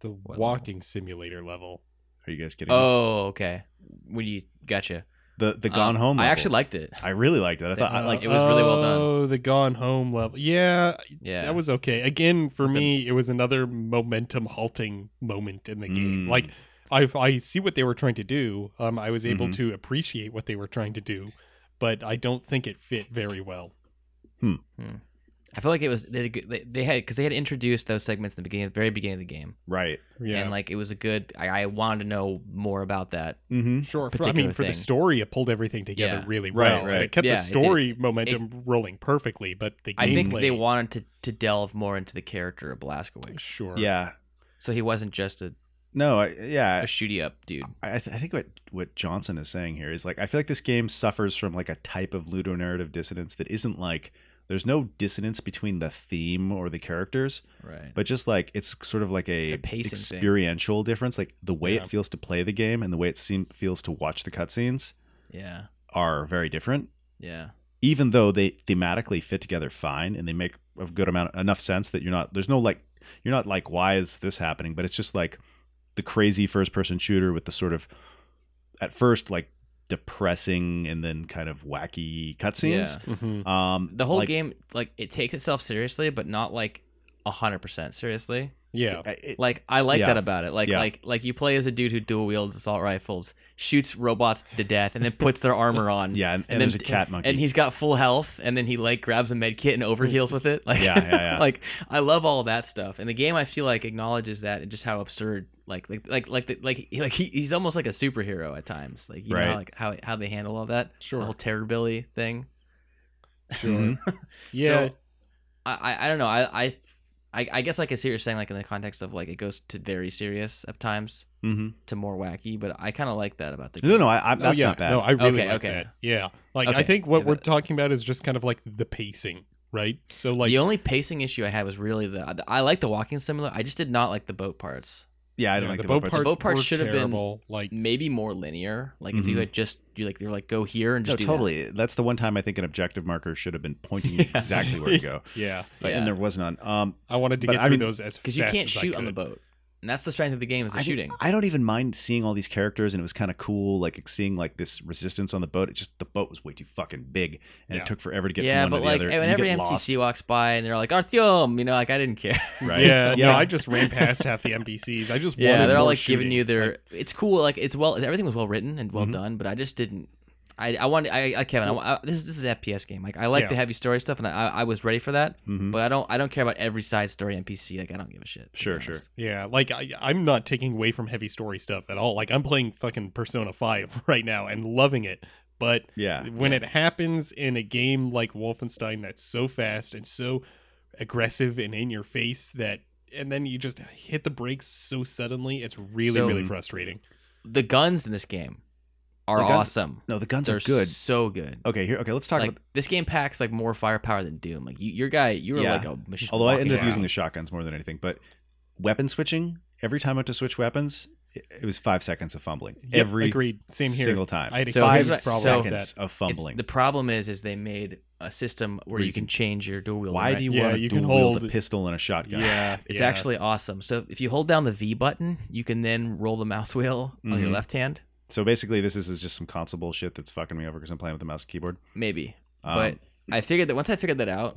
the What walking simulator level. Are you guys kidding? me? Oh, okay. When you gotcha. the the Um, Gone Home. I level. actually liked it. I really liked it. I thought I, Uh, like it was really well done. Oh, the gone home level. Yeah, Yeah. that was okay. Again, for With the- me, it was another momentum halting moment in the game. Mm. Like I I see what they were trying to do. Um I was able Mm-hmm. to appreciate what they were trying to do, but I don't think it fit very well. I feel like it was they did a good- they, they had because they had introduced those segments in the beginning, very beginning of the game, Right. Yeah. and like it was a good. I, I wanted to know more about that. Mm-hmm. Sure. For, I particular mean, for the thing. story, it pulled everything together Yeah. really Right, well, right. and it kept Yeah, the it did. story momentum rolling perfectly. But the gameplay, I think they wanted to to delve more into the character of Blazkowicz, sure, Yeah. so he wasn't just a, No. I, a yeah. shooty up dude. I, I th- I think what what Johnson is saying here is like I feel like this game suffers from like a type of ludonarrative dissonance that isn't like there's no dissonance between the theme or the characters. Right. but just like it's sort of like a, a pacing thing. experiential difference like the way Yeah. it feels to play the game and the way it seem, feels to watch the cutscenes Yeah. are very different Yeah. even though they thematically fit together fine and they make a good amount enough sense that you're not there's no like you're not like why is this happening but it's just like the crazy first person shooter with the sort of at first like depressing and then kind of wacky cutscenes Mhm. um The whole like, game, like it takes itself seriously, but not like hundred percent seriously. yeah, I- it- Like I like Yeah. that about it. Like Yeah. like like you play as a dude who dual wields assault rifles, shoots robots to death, and then puts their armor on. yeah and, and, and there's a then- cat monkey And he's got full health, and then he like grabs a med kit and overheals with it. Like, Yeah, yeah, yeah. like I love all that stuff. And the game, I feel like acknowledges that and just how absurd, like, like, like, like, the, like, he- like he, he's almost like a superhero at times. Like, you know, Right. like how how they handle all that, sure, the whole terrorbilly thing. Mhm. yeah, So, I, I I don't know. I, I I I guess I could see what you're saying, like in the context of like it goes to very serious at times Mhm. to more wacky, but I kind of like that about the No, no, I, I, Oh, that's yeah. not bad. No, I really Okay, like okay. that. Yeah, like I Okay. think what Yeah, we're but- talking about is just kind of like the pacing, right? So like, the only pacing issue I had was really the I like the walking similar. I just did not like the boat parts. yeah, I don't yeah, like the boat parts. parts. Boat parts were should have been- terrible. like Maybe more linear. Like if you Mhm. had just you like you're like go here and No, just do that. totally. That's the one time I think an objective marker should have been pointing Yeah. exactly where to go, yeah. Like, Yeah. and there was none. Um, I wanted to But get I through mean- those as because you fast can't as I shoot on the could. boat, and that's the strength of the game is the I didn't- shooting. I don't even mind seeing all these characters, and it was kind of cool, like seeing like this resistance on the boat. It just the boat was way too fucking big, and Yeah. it took forever to get yeah, from one but to like the other. when You every get MTC walks by and they're like Artyom, you know, like I didn't care. lost, right? Yeah, no, Yeah. I just ran past half the NPCs. I just yeah, wanted they're all more like giving shooting. you their. Like, it's cool. Like it's well, everything was well written and well Mhm. done, but I just didn't. I I want I, I Kevin. I, wa- I, this is this is an FPS game. Like I like Yeah. the heavy story stuff, and I I was ready for that. Mhm. But I don't I don't care about every side story NPC. Like I don't give a shit. to be Sure, honest. sure. yeah, like I, I'm not taking away from heavy story stuff at all. Like I'm playing fucking Persona Five right now and loving it, but Uh, yeah, when it happens in a game like Wolfenstein that's so fast and so aggressive and in your face that and then you just hit the brakes so suddenly it's really So- really frustrating The guns in this game are The guns- awesome. No, the guns They're are good. so good. Okay, here. Okay, let's talk Like about. this game packs like more firepower than Doom. Like you, your guy, you were Yeah. like a machine. Although I walking ended up around. using the shotguns more than anything, but weapon switching. Every time I went to switch weapons, it, it was five seconds of fumbling. Yep, every agreed same here single time. I had a So five here's what- seconds so- of It's- fumbling. the problem is, is they made a system where, you can, change your dual wield. Why do you Yeah, want to you dual can wield a hold- pistol and a shotgun? yeah It's yeah. actually awesome. So if you hold down the V button, you can then roll the mouse wheel on your Mhm. left hand. So basically, this is, is just some console bullshit that's fucking me over because I'm playing with the mouse and keyboard. Maybe. Um, but I figured that once I figured that out,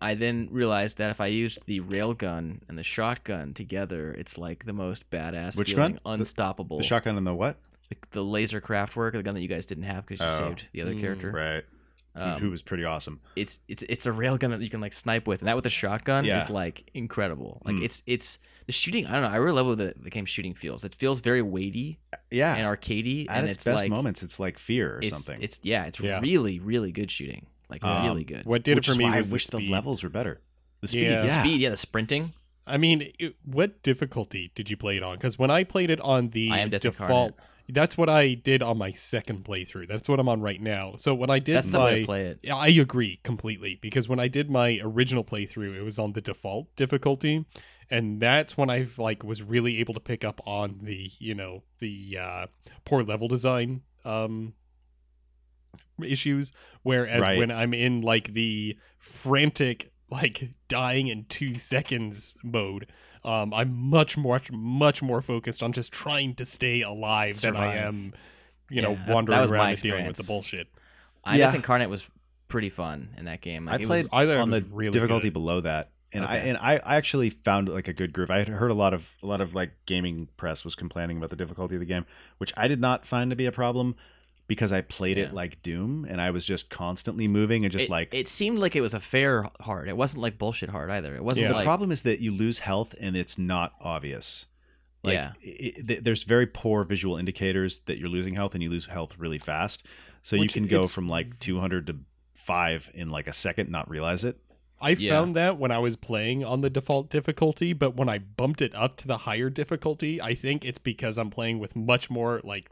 I then realized that if I used the railgun and the shotgun together, it's like the most badass, Which feeling, gun? The- unstoppable. the shotgun and the what? Like the laser craft work, the gun that you guys didn't have because you Oh. saved the other Mm, character. Right. Um, Who was pretty awesome. it's it's it's a railgun that you can like snipe with, and that with a shotgun Yeah. is like incredible. Like Mm. it's it's the shooting. I don't know. I really love what the, the game shooting feels. It feels very weighty Yeah. and arcadey, At and its, it's best like, moments, it's like fear or it's, something. It's yeah, it's Yeah. really really good shooting. Like Um, really good. what did Which it is for me why I was the wish speed. the levels were better. The speed. Yeah. Yeah. The speed, yeah, the sprinting. i mean it, what difficulty did you play it on because when i played it on the I am Death default Incarnate. that's what i did on my second playthrough that's what i'm on right now so when i did That's the my way to play it. Yeah, I agree completely because when I did my original playthrough, it was on the default difficulty, and that's when I like was really able to pick up on the you know the uh, poor level design um, issues. Whereas Right. when I'm in like the frantic like dying in two seconds mode, um, I'm much much much more focused on just trying to stay alive than I Survive. am. You know, Yeah, that's- that wandering was my around and dealing with the experience. bullshit. I Yeah. Death Incarnate was pretty fun in that game. Like, I it played was- Either on it the was really difficulty good. below that. And I Okay. and I I actually found like a good groove. I had heard a lot of a lot of like gaming press was complaining about the difficulty of the game, which I did not find to be a problem because I played Yeah. it like Doom and I was just constantly moving and just it, like it seemed like it was a fair heart. It wasn't like bullshit heart either. It wasn't Yeah. the like problem is that you lose health and it's not obvious. Like, Yeah. it- it- there's very poor visual indicators that you're losing health and you lose health really fast. So you Which can go it's- from like 200 to 5 in like a second not realize it. I Yeah. found that when I was playing on the default difficulty, but when I bumped it up to the higher difficulty, I think it's because I'm playing with much more like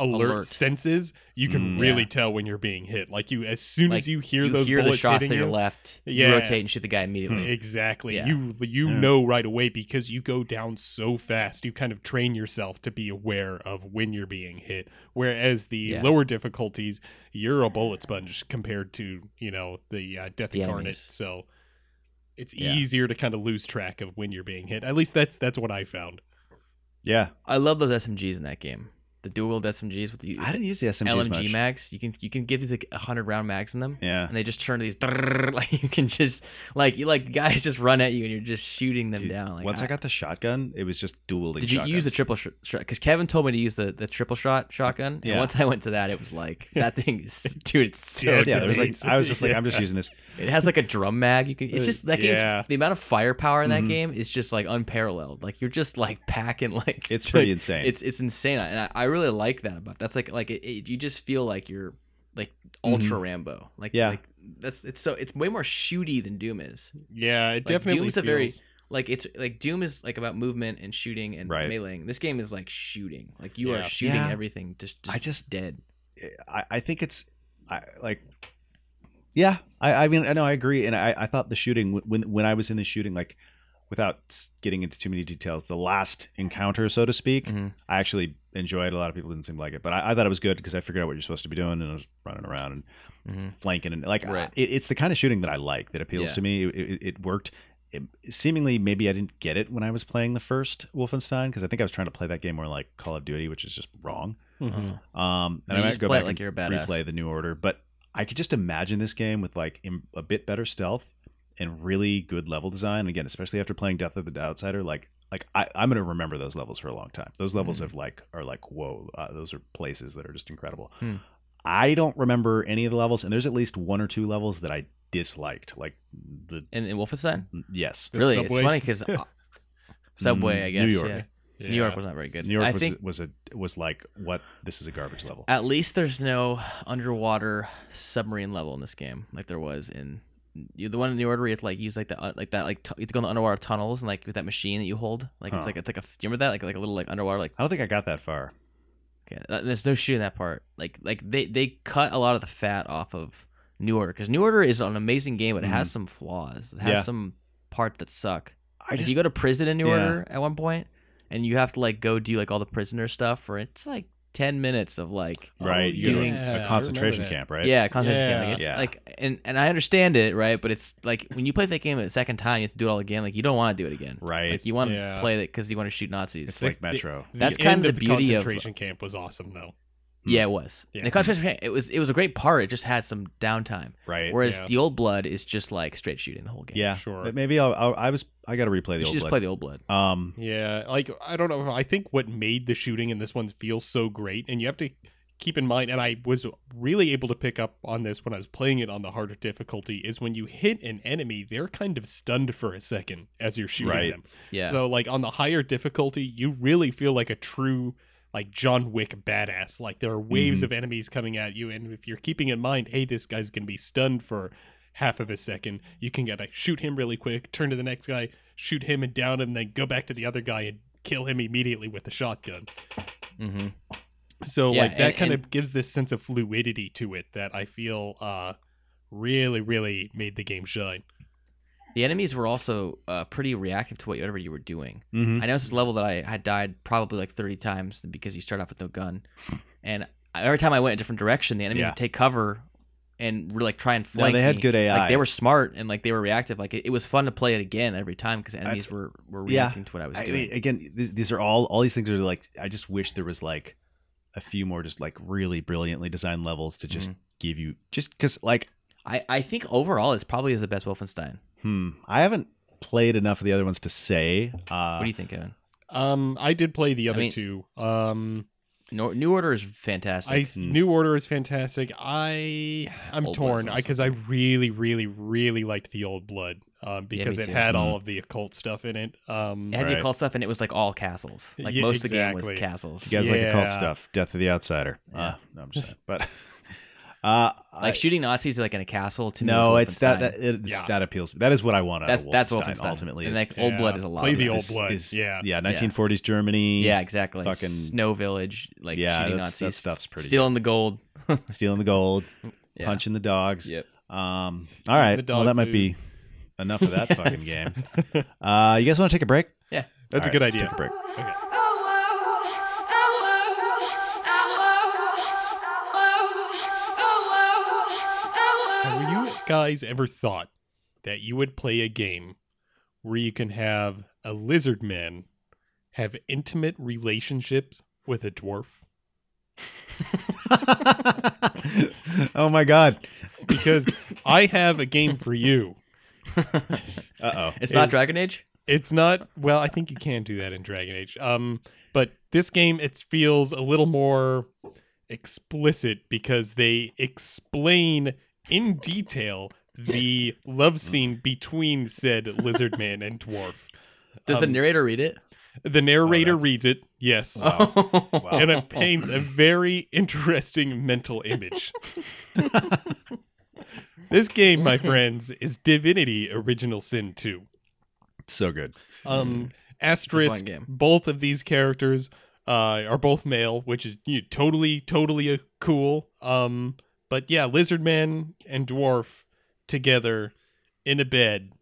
alert, Alert. senses. You can Mm. really Yeah. tell when you're being hit. Like you, as soon Like, as you hear you those hear the bullets shots to hitting your you, left, Yeah. you rotate and shoot the guy immediately. exactly. Mm. Yeah. You you Yeah. know right away because you go down so fast. You kind of train yourself to be aware of when you're being hit. Whereas the Yeah. lower difficulties, you're a bullet sponge compared to you know the uh, Death The Incarnate. enemies. So it's Yeah. easier to kind of lose track of when you're being hit. At least that's that's what I found. Yeah. I love those SMGs in that game. The dual wield SMGs with the I didn't use the SMGs LMG much. mags. You can you can get these like hundred round mags in them, Yeah. and they just turn to these like you can just like you like guys just run at you and you're just shooting them Dude, down. Like, Once I, got the shotgun, it was just dual did you use the triple shot? Because Kevin told me to use the, the triple shot shotgun. Yeah. And once I went to that, it was like that thing is dude. It's so Yeah, Yeah, there was like Amazing. I was just like I'm just using this. It has like a drum mag. You can. Uh, It's just that game's Yeah. the amount of firepower in that Mhm. game is just like unparalleled. Like you're just like packing like It's like, pretty insane. It's it's insane, and I, I really like that about that's like like it, it, you just feel like you're like ultra Rambo. Like Mm-hmm. Yeah. like, that's it's so it's way more shooty than Doom is. Yeah, it definitely Doom's feels. a very- Like it's like Doom is like about movement and shooting and Right. meleeing. This game is like shooting. Like you Yeah. are shooting Yeah. everything. Just, just I just- dead. I, I think it's I, like yeah I, I mean i know i agree and i, I thought the shooting when when i was in the shooting like without s- getting into too many details the last encounter so to speak Mhm. i actually enjoyed it. a lot of people didn't seem like it but i, I thought it was good because i figured out what you're supposed to be doing and i was running around and Mhm. flanking and like Right. I- it, it's the kind of shooting that i like that appeals Yeah. to me it, it, it worked it, seemingly maybe i didn't get it when i was playing the first wolfenstein because i think i was trying to play that game more like call of duty which is just wrong Uh, um, You and I might just go play it back like and you're a badass. replay the new order, but I could just imagine this game with like im- a bit better stealth and really good level design. Again, especially after playing Death of the Outsider, like like I, I'm gonna remember those levels for a long time. Those levels Mhm. have like are like whoa, uh, those are places that are just incredible. Hmm. I don't remember any of the levels, and there's at least one or two levels that I disliked. Like the And, and Wolfenstein. yes, The really, subway. it's funny because Subway. I Mm, guess New York. yeah. Yeah. New York was not very good. New York I was think was a was like what this is a garbage level. at least there's no underwater submarine level in this game, like there was in you, the one in the order. You have to like use like the uh, like that like t- you have to go in the underwater tunnels and like with that machine that you hold. Like Huh. it's like it's like a do you remember that like like a little like underwater like I don't think I got that far. okay. Uh, There's no shooting that part. Like like they they cut a lot of the fat off of New Order because New Order is an amazing game, but it has some flaws. It has Mm-hmm. Yeah. some parts that suck. I Like, just you go to prison in New Yeah. Order at one point, and you have to like go do like all the prisoner stuff for it's like ten minutes of like right yeah. you doing Yeah, I a remember concentration that. camp right yeah concentration Yeah. camp. Like, it's Yeah. like and and I understand it right, but it's like when you play that game a second time, you have to do it all again. Like you don't want to do it again. right Like you want to Yeah. play it because you want to shoot Nazis. it's the- like the- metro That's the kind end of the the beauty of- concentration camp was awesome though. yeah, it was. Yeah. The concentration camp, it was it was a great part. It just had some downtime. right Whereas yeah. the old blood is just like straight shooting the whole game. yeah Sure. But maybe I'll, I'll, i was i gotta replay you the should old just blood play the old blood. um Yeah, like I don't know. I think what made the shooting in this one feel so great, and you have to keep in mind, and I was really able to pick up on this when I was playing it on the harder difficulty, is when you hit an enemy, they're kind of stunned for a second as you're shooting Right. them. Yeah. So like on the higher difficulty, you really feel like a true like John Wick badass. Like there are waves Mm-hmm. Mhm. of enemies coming at you, and if you're keeping in mind, hey, this guy's gonna be stunned for half of a second, you can gotta shoot him really quick, turn to the next guy, shoot him and down him, then go back to the other guy and kill him immediately with the shotgun. mm-hmm. So Yeah, like that and- kind of and- gives this sense of fluidity to it that I feel uh really, really made the game shine. The enemies were also uh, pretty reactive to whatever you were doing. mhm. I noticed this level that I had died probably like 30 times because you start off with no gun. And every time I went a different direction, the enemies Yeah. would take cover and really like try and no flank. they had me. good ai Like they were smart and like they were reactive. Like it, it was fun to play it again every time because enemies That's- were, were yeah. reacting to what I was I doing. mean, again these, these are all all these things are like i just wish there was like a few more just like really brilliantly designed levels to just Mhm. give you just because like I, I think overall it's probably is the best Wolfenstein. hmm i haven't played enough of the other ones to say uh What do you think, Evan? Um, I did play the I other mean- two. Um, No, New Order is fantastic. I Hmm. New Order is fantastic. I I'm Old Blood's torn awesome. because I really, really, really liked the Old Blood um, because me it too. Mm-hmm. had all Mhm. of the occult stuff in it. Um, it had the Right. occult stuff, and it was like all castles. Like Yeah, most of the game was exactly. castles. You guys like Yeah. occult stuff. Death of the Outsider. Yeah. Uh, no, I'm just saying. But uh, like shooting Nazis like in a castle. To I, me no, is it's Wolfenstein. that that, it's, Yeah. that appeals. That is what I want. that's out of that's Wolfenstein, Wolfenstein. ultimately. and is- like Old Blood Yeah. is a lot. Play of the that. Old Blood, yeah. yeah, 1940s Germany. Yeah, exactly. Fucking- Snow Village, like Yeah, shooting that's- that Nazis, stuff's pretty stealing the gold, stealing the gold, Yeah. punching the dogs. Yep. Um, all right. the Well, dog that might be food. enough of that fucking Yes. game. Uh, you guys want to take a break? Yeah. That's All a good right, let's idea. Take a break. Okay. Have you guys ever thought that you would play a game where you can have a lizard man have intimate relationships with a dwarf? oh my god. Because I have a game for you. Uh oh. It's not It- Dragon Age. It's not well, I think you can do that in Dragon Age. Um but this game it feels a little more explicit because they explain in detail the love scene between said lizard man and dwarf. Does the Um, narrator read it? The narrator that's- reads it, yes. Wow. And it paints a very interesting mental image. this game, my friends, is Divinity Original Sin 2. So good. Mm-hmm. Um, asterisk. game. Both of these characters uh, are both male, which is you know, totally, totally uh, cool. Um, but yeah, lizard man and dwarf together in a bed,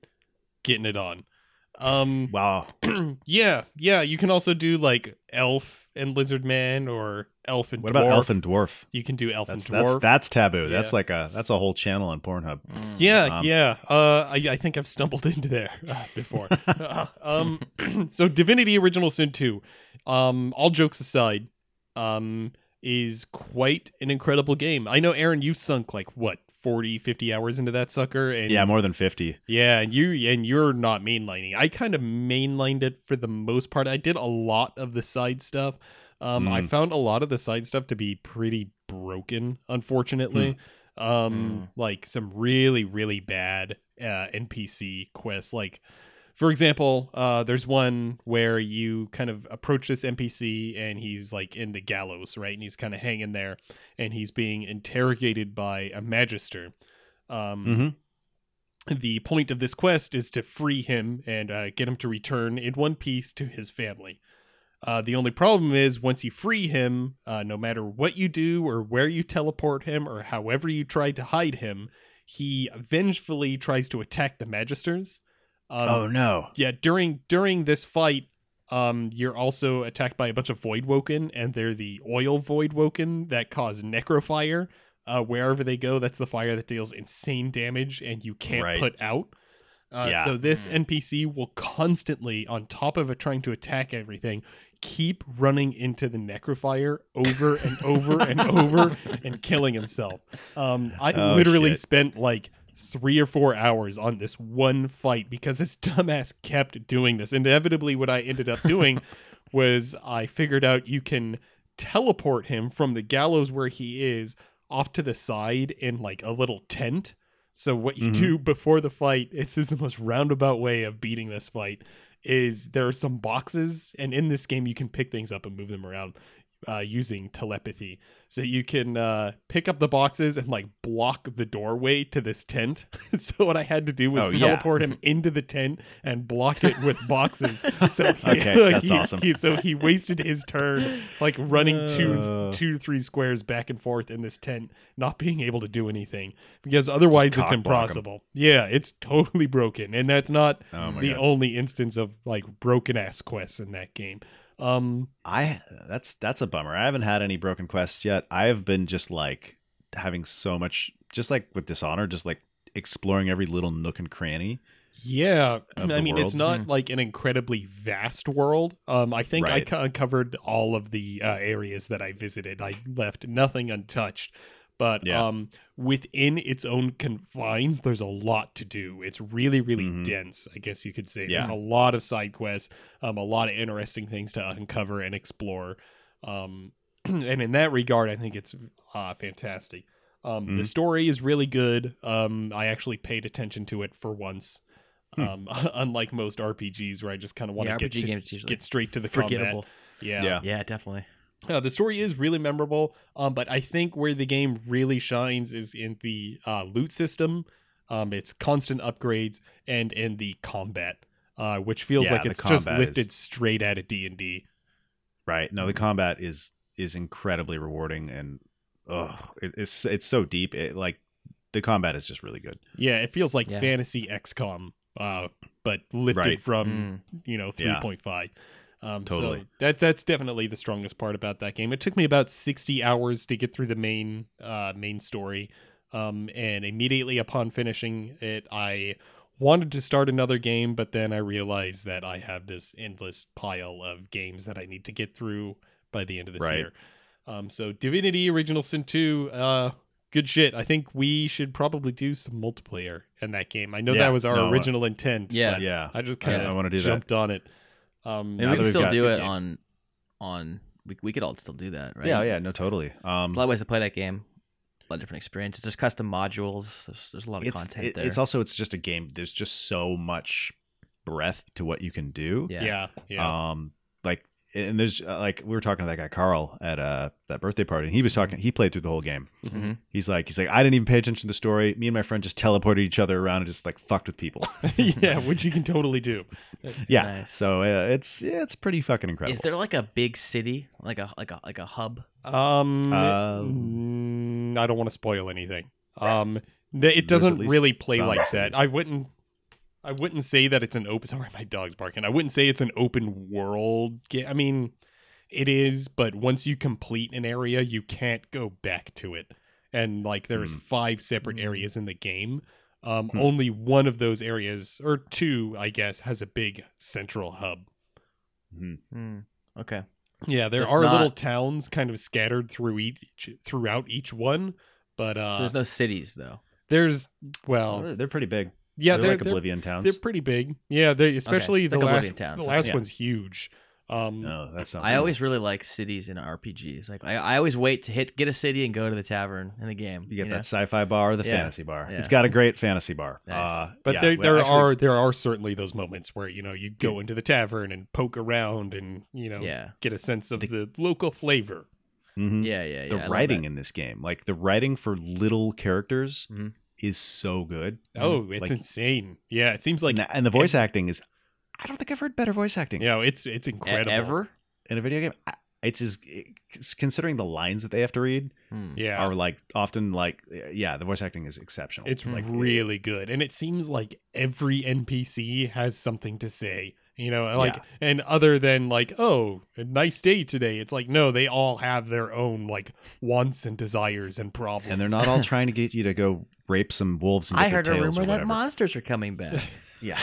getting it on. Um, Wow. yeah, yeah. You can also do like elf and lizard man, or elf and What dwarf. about elf and dwarf? you can do elf That's and dwarf. that's that's taboo. Yeah. That's like a that's a whole channel on Pornhub. Mm. Yeah, Um, yeah. Uh, I, I think I've stumbled into there uh, before. Uh, um, so Divinity Original Sin 2, um, all jokes aside, um, is quite an incredible game. I know, Aaron, you sunk like, what, 40, 50 hours into that sucker? And Yeah, more than fifty. yeah, and you and you're not mainlining. I kind of mainlined it for the most part. I did a lot of the side stuff. Um, I Mm. found a lot of the side stuff to be pretty broken, unfortunately. Um, like some really really bad uh, NPC quests. Like, for example, uh, there's one where you kind of approach this NPC and he's like in the gallows, right? And he's kind of hanging there, and he's being interrogated by a magister. Um, hmm the point of this quest is to free him and uh, get him to return in one piece to his family. Uh, the only problem is once you free him, uh, no matter what you do or where you teleport him or however you try to hide him, he vengefully tries to attack the magisters. Um, oh no. yeah, during during this fight, um, you're also attacked by a bunch of Void Woken, and they're the oil Void Woken that cause necrofire. Uh, wherever they go, that's the fire that deals insane damage and you can't Right. put out. Uh, Yeah. So this Mm. NPC will constantly, on top of it trying to attack everything, keep running into the necrofire over and over and over and killing himself. Um, I Oh, literally shit. spent like three or four hours on this one fight because this dumbass kept doing this. Inevitably, what I ended up doing was I figured out you can teleport him from the gallows where he is off to the side in like a little tent. So what you Mhm. do before the fight, this is the most roundabout way of beating this fight, is there are some boxes, and in this game you can pick things up and move them around uh, using telepathy. So you can uh, pick up the boxes and like block the doorway to this tent. so what I had to do was Oh, yeah. teleport him into the tent and block it with boxes. So he, Okay, like, that's he- awesome. he- so he wasted his turn like running two Uh. two three squares back and forth in this tent, not being able to do anything because otherwise it's cock block 'em. impossible. Yeah, it's totally broken, and that's not Oh my the god. only instance of like broken ass quests in that game. Um, I that's that's a bummer. I haven't had any broken quests yet. I have been just like having so much, just like with Dishonor, just like exploring every little nook and cranny. Yeah, of I the mean it's world. Hmm. not like an incredibly vast world. Um, I think I Right. co- covered all of the uh, areas that I visited. I left nothing untouched, but Yeah. um, within its own confines, there's a lot to do. It's really, really Mhm. dense. I guess you could say Yeah. there's a lot of side quests, um, a lot of interesting things to uncover and explore. Um, and in that regard, I think it's uh, fantastic. Um, The Mhm. story is really good. Um, I actually paid attention to it for once, Hmm. um, unlike most RPGs where I just kind of want yeah, to get RPG to- games usually get straight to the combat. forgettable. Yeah. Yeah. Yeah, definitely. Uh, the story is really memorable, um, but I think where the game really shines is in the uh, loot system, um, its constant upgrades, and in the combat, uh, which feels Yeah, like the it's just combat is- lifted straight out of D and D. Right. No, the Mm-hmm. combat is is incredibly rewarding and oh, it, it's it's so deep. It like the combat is just really good. Yeah, it feels like Yeah. fantasy XCOM, uh, but lifted Right. from Mm. you know Yeah. 3.5 um so Totally. that that's definitely the strongest part about that game it took me about 60 hours to get through the main uh main story um and immediately upon finishing it i wanted to start another game but then i realized that i have this endless pile of games that i need to get through by the end of this Right. year um so divinity original sin 2 uh good shit i think we should probably do some multiplayer in that game i know Yeah, that was our no, uh, original intent yeah. but Yeah. I just Yeah. kind of I wanna do that. jumped on it. Maybe Now Um, we that can we've still got- do it Yeah. on on we, we could all still do that, right? Yeah, yeah, no totally. Um There's a lot of ways to play that game. A lot of different experiences. There's custom modules. There's, there's a lot of it's content it- there. it's also it's just a game. There's just so much breadth to what you can do. yeah. yeah, yeah. Um, like, and there's uh, like we were talking to that guy Carl at uh that birthday party, and he was talking. He played through the whole game. Mhm. He's like, he's like, I didn't even pay attention to the story. Me and my friend just teleported each other around and just like fucked with people. yeah, which you can totally do. yeah. Nice. So uh, it's yeah, it's pretty fucking incredible. Is there like a big city, like a like a like a hub? Um, Um, mm, I don't want to spoil anything. Um, th- it There's at doesn't least really play some like that. cities. I wouldn't. I wouldn't say that it's an open. Sorry, my dog's barking. I wouldn't say it's an open world game. I mean, it is, but once you complete an area, you can't go back to it. And like, there's Hmm. five separate Hmm. areas in the game. Um, Hmm. Only one of those areas, or two, I guess, has a big central hub. Hmm. Okay. Yeah, there It's are not- little towns kind of scattered through each throughout each one, but uh, so there's no cities though. there's Oh, well, they're, they're pretty big. yeah, they're, they're like they're, Oblivion towns. they're pretty big. Yeah, they especially it's the, like Oblivion last, towns, the so- last yeah. Oh, one's huge. Um, no, that sounds. I always really like cities in RPGs. Like I, I always wait to hit get a city and go to the tavern in the game. you get know? that sci-fi bar, or the Yeah. fantasy bar. Yeah. It's got a great fantasy bar. Nice. Uh, but yeah, there well, there actually- are there are certainly those moments where you know you go into the tavern and poke around and you know Yeah. get a sense of The- the, local flavor. Mhm. Yeah, yeah, yeah. the I love writing that. in this game like the writing for little characters Mhm. is so good Oh, it's Mm, Like- insane. Yeah, it seems like and, and the voice acting is i don't think i've heard better voice acting you know it's it's E- incredible. ever. in a video game I- it's as considering the lines that they have to read Hmm. Yeah, are like often like yeah the voice acting is exceptional It's like really good. And it seems like every NPC has something to say. You know, like Yeah. and other than like, oh, a nice day today. It's like, no, they all have their own like wants and desires and problems. and they're not all trying to get you to go rape some wolves and I get their heard a tails or rumor that whatever. monsters are coming back. Yeah.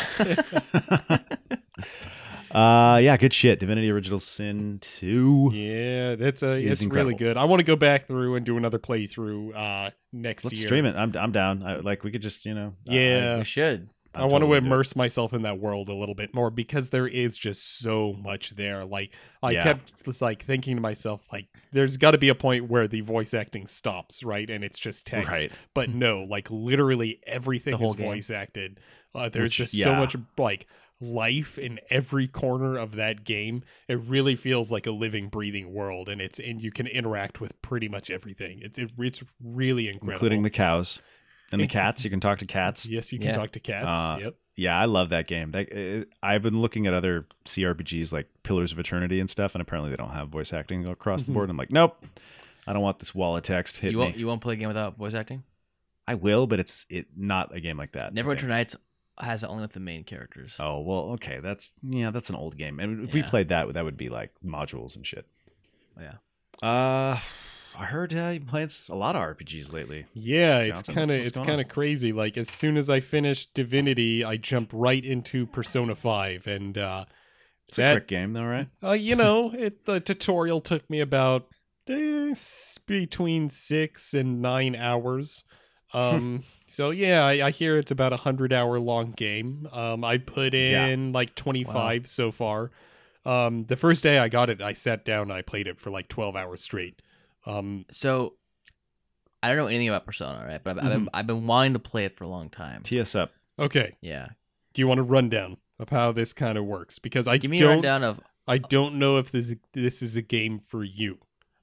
uh yeah, good shit. Divinity Original Sin 2. Yeah, that's a It is it's really incredible. good. I want to go back through and do another playthrough uh next Let's year. stream it. I'm I'm down. I, like we could just, you know. I- Yeah. we should. I'm I want totally to good. immerse myself in that world a little bit more because there is just so much there. Like I Yeah. kept just, like thinking to myself, like there's got to be a point where the voice acting stops, right? And it's just text. Right. Hmm. But no, like literally everything The whole is game. voice acted. Uh, there's Which- just so yeah. much like life in every corner of that game. It really feels like a living, breathing world, and it's and you can interact with pretty much everything. It's it, it's really incredible. Including the cows and the cats. You can talk to cats. yes, you can Yeah. talk to cats. Uh, yep. Yeah, I love that game. That, uh, I've been looking at other CRPGs like Pillars of Eternity and stuff, and apparently they don't have voice acting across the Mm-hmm. board. I'm like, nope, I don't want this wall of text hit You me. won't, you won't play a game without voice acting. I will, but it's it not a game like that. I Neverwinter think. Nights has it only with the main characters. Oh well, okay. That's yeah, that's an old game. And if we Yeah. played that, that would be like modules and shit. Yeah. Uh, I heard uh, you playing s- a lot of RPGs lately. Yeah, it's Johnson, kind of what's it's going kind of crazy. Like as soon as I finished Divinity, I jump right into Persona Five, and uh, It's That- a quick game, though, right? uh you know, it the tutorial took me about eh, s- between six and nine hours. Um, so yeah, I, I hear it's about a hundred hour long game. Um, I put Yeah. in like twenty five so far. Um, the first day I got it, I sat down, I played it for like 12 hours straight. Um, So I don't know anything about Persona, right? But I've, I've, been, Mm-hmm. I've been wanting to play it for a long time. Tee us up. okay, yeah, do you want a rundown of how this kind of works? Because I give me a don't, rundown of I don't know if this this is a game for you.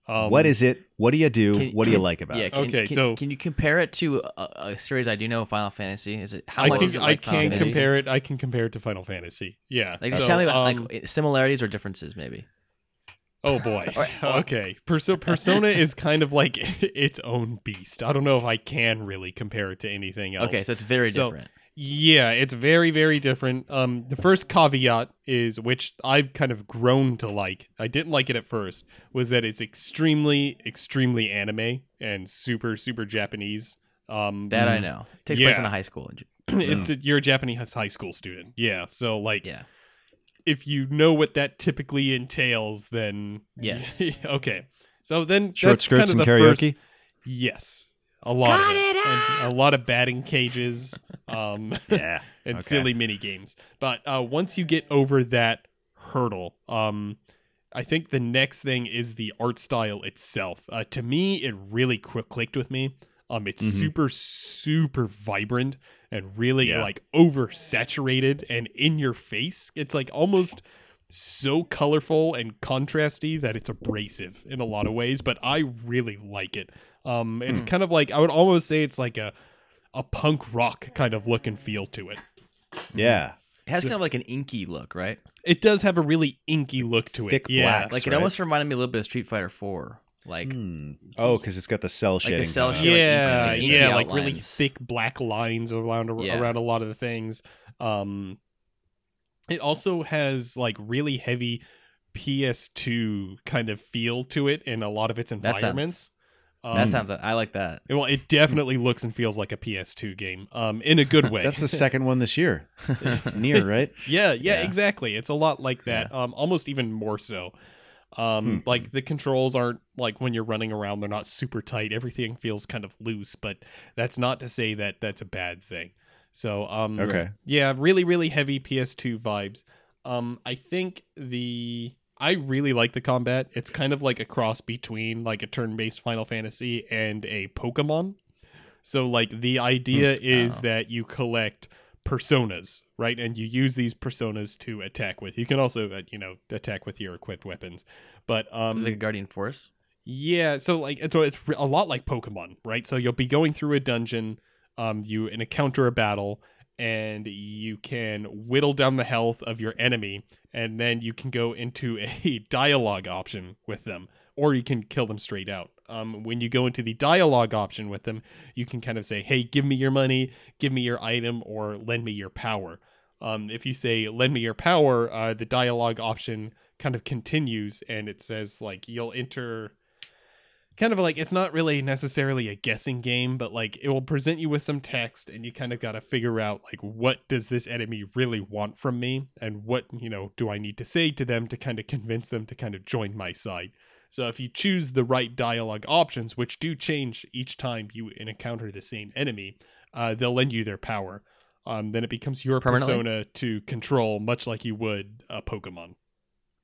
Um, what is it? What do you do? can- what do you can- like about yeah. it? Can, Okay, can- so- can you compare it to a, a series I do know, Final Fantasy? Is it how I much can is it I like Final can Fantasy? compare it. I can compare it to Final Fantasy. Yeah. Like, so, tell me about um, like similarities or differences, maybe. Oh boy. Alright, oh. okay. Perso- Persona is kind of like its own beast. I don't know if I can really compare it to anything else. Okay, so it's very So- different. Yeah, it's very, very different. Um, the first caveat is, which I've kind of grown to like, I didn't like it at first, was that it's extremely, extremely anime and super, super Japanese. Um, That I know. It takes place in Yeah. a high school. in J- it's a, you're a Japanese high school student. Yeah, so like, Yeah. if you know what that typically entails, then Yes. okay. So then Short that's kind skirts of and the first- karaoke. yes, a lot of it. And a lot of batting cages. Um, Yeah. and Okay. silly mini games. But uh, once you get over that hurdle, um, I think the next thing is the art style itself. Uh, to me, it really qu- clicked with me. Um, it's Mhm. super, super vibrant and really Yeah. like oversaturated and in your face. It's like almost so colorful and contrasty that it's abrasive in a lot of ways. But I really like it. Um, Hmm. it's kind of like I would almost say it's like a a punk rock kind of look and feel to it. Yeah. It has So- kind of like an inky look, right? It does have a really inky look to Thick it. Yeah. black. Like it right. almost reminded me a little bit of Street Fighter Four. Like Mm. Hmm. Oh, because it's got the cell shading. the cell going on. shading. yeah, like, inky yeah, like really outlines. thick black lines around Yeah. around a lot of the things. Um it also has like really heavy PS2 kind of feel to it in a lot of its sounds- environments. that Mm. Um, sounds. I like that. well, it definitely looks and feels like a PS2 game, um, in a good way. That's the second one this year. Near right. yeah, yeah, Yeah. exactly. It's a lot like that. Um, almost even more so. Um, like the controls aren't like when you're running around, they're not super tight. Everything feels kind of loose, but that's not to say that that's a bad thing. So, um, Okay. yeah, really, really heavy PS2 vibes. Um, I think the I really like the combat. It's kind of like a cross between like a turn-based Final Fantasy and a Pokemon. So like the idea is Oh. that you collect personas, right? And you use these personas to attack with. You can also, uh, you know, attack with your equipped weapons. But um the Guardian Force. yeah, so like it's, it's a lot like Pokemon, right? So you'll be going through a dungeon, um, you encounter a battle, and you can whittle down the health of your enemy, and then you can go into a dialogue option with them, or you can kill them straight out. Um, when you go into the dialogue option with them, you can kind of say, "Hey, give me your money, give me your item, or lend me your power." Um, if you say "lend me your power," uh, the dialogue option kind of continues, and it says like you'll enter kind of like it's not really necessarily a guessing game but like it will present you with some text and you kind of got to figure out like what does this enemy really want from me and what you know do i need to say to them to kind of convince them to kind of join my side so if you choose the right dialogue options which do change each time you encounter the same enemy uh, they'll lend you their power um, then it becomes your Permanently? persona to control much like you would a pokemon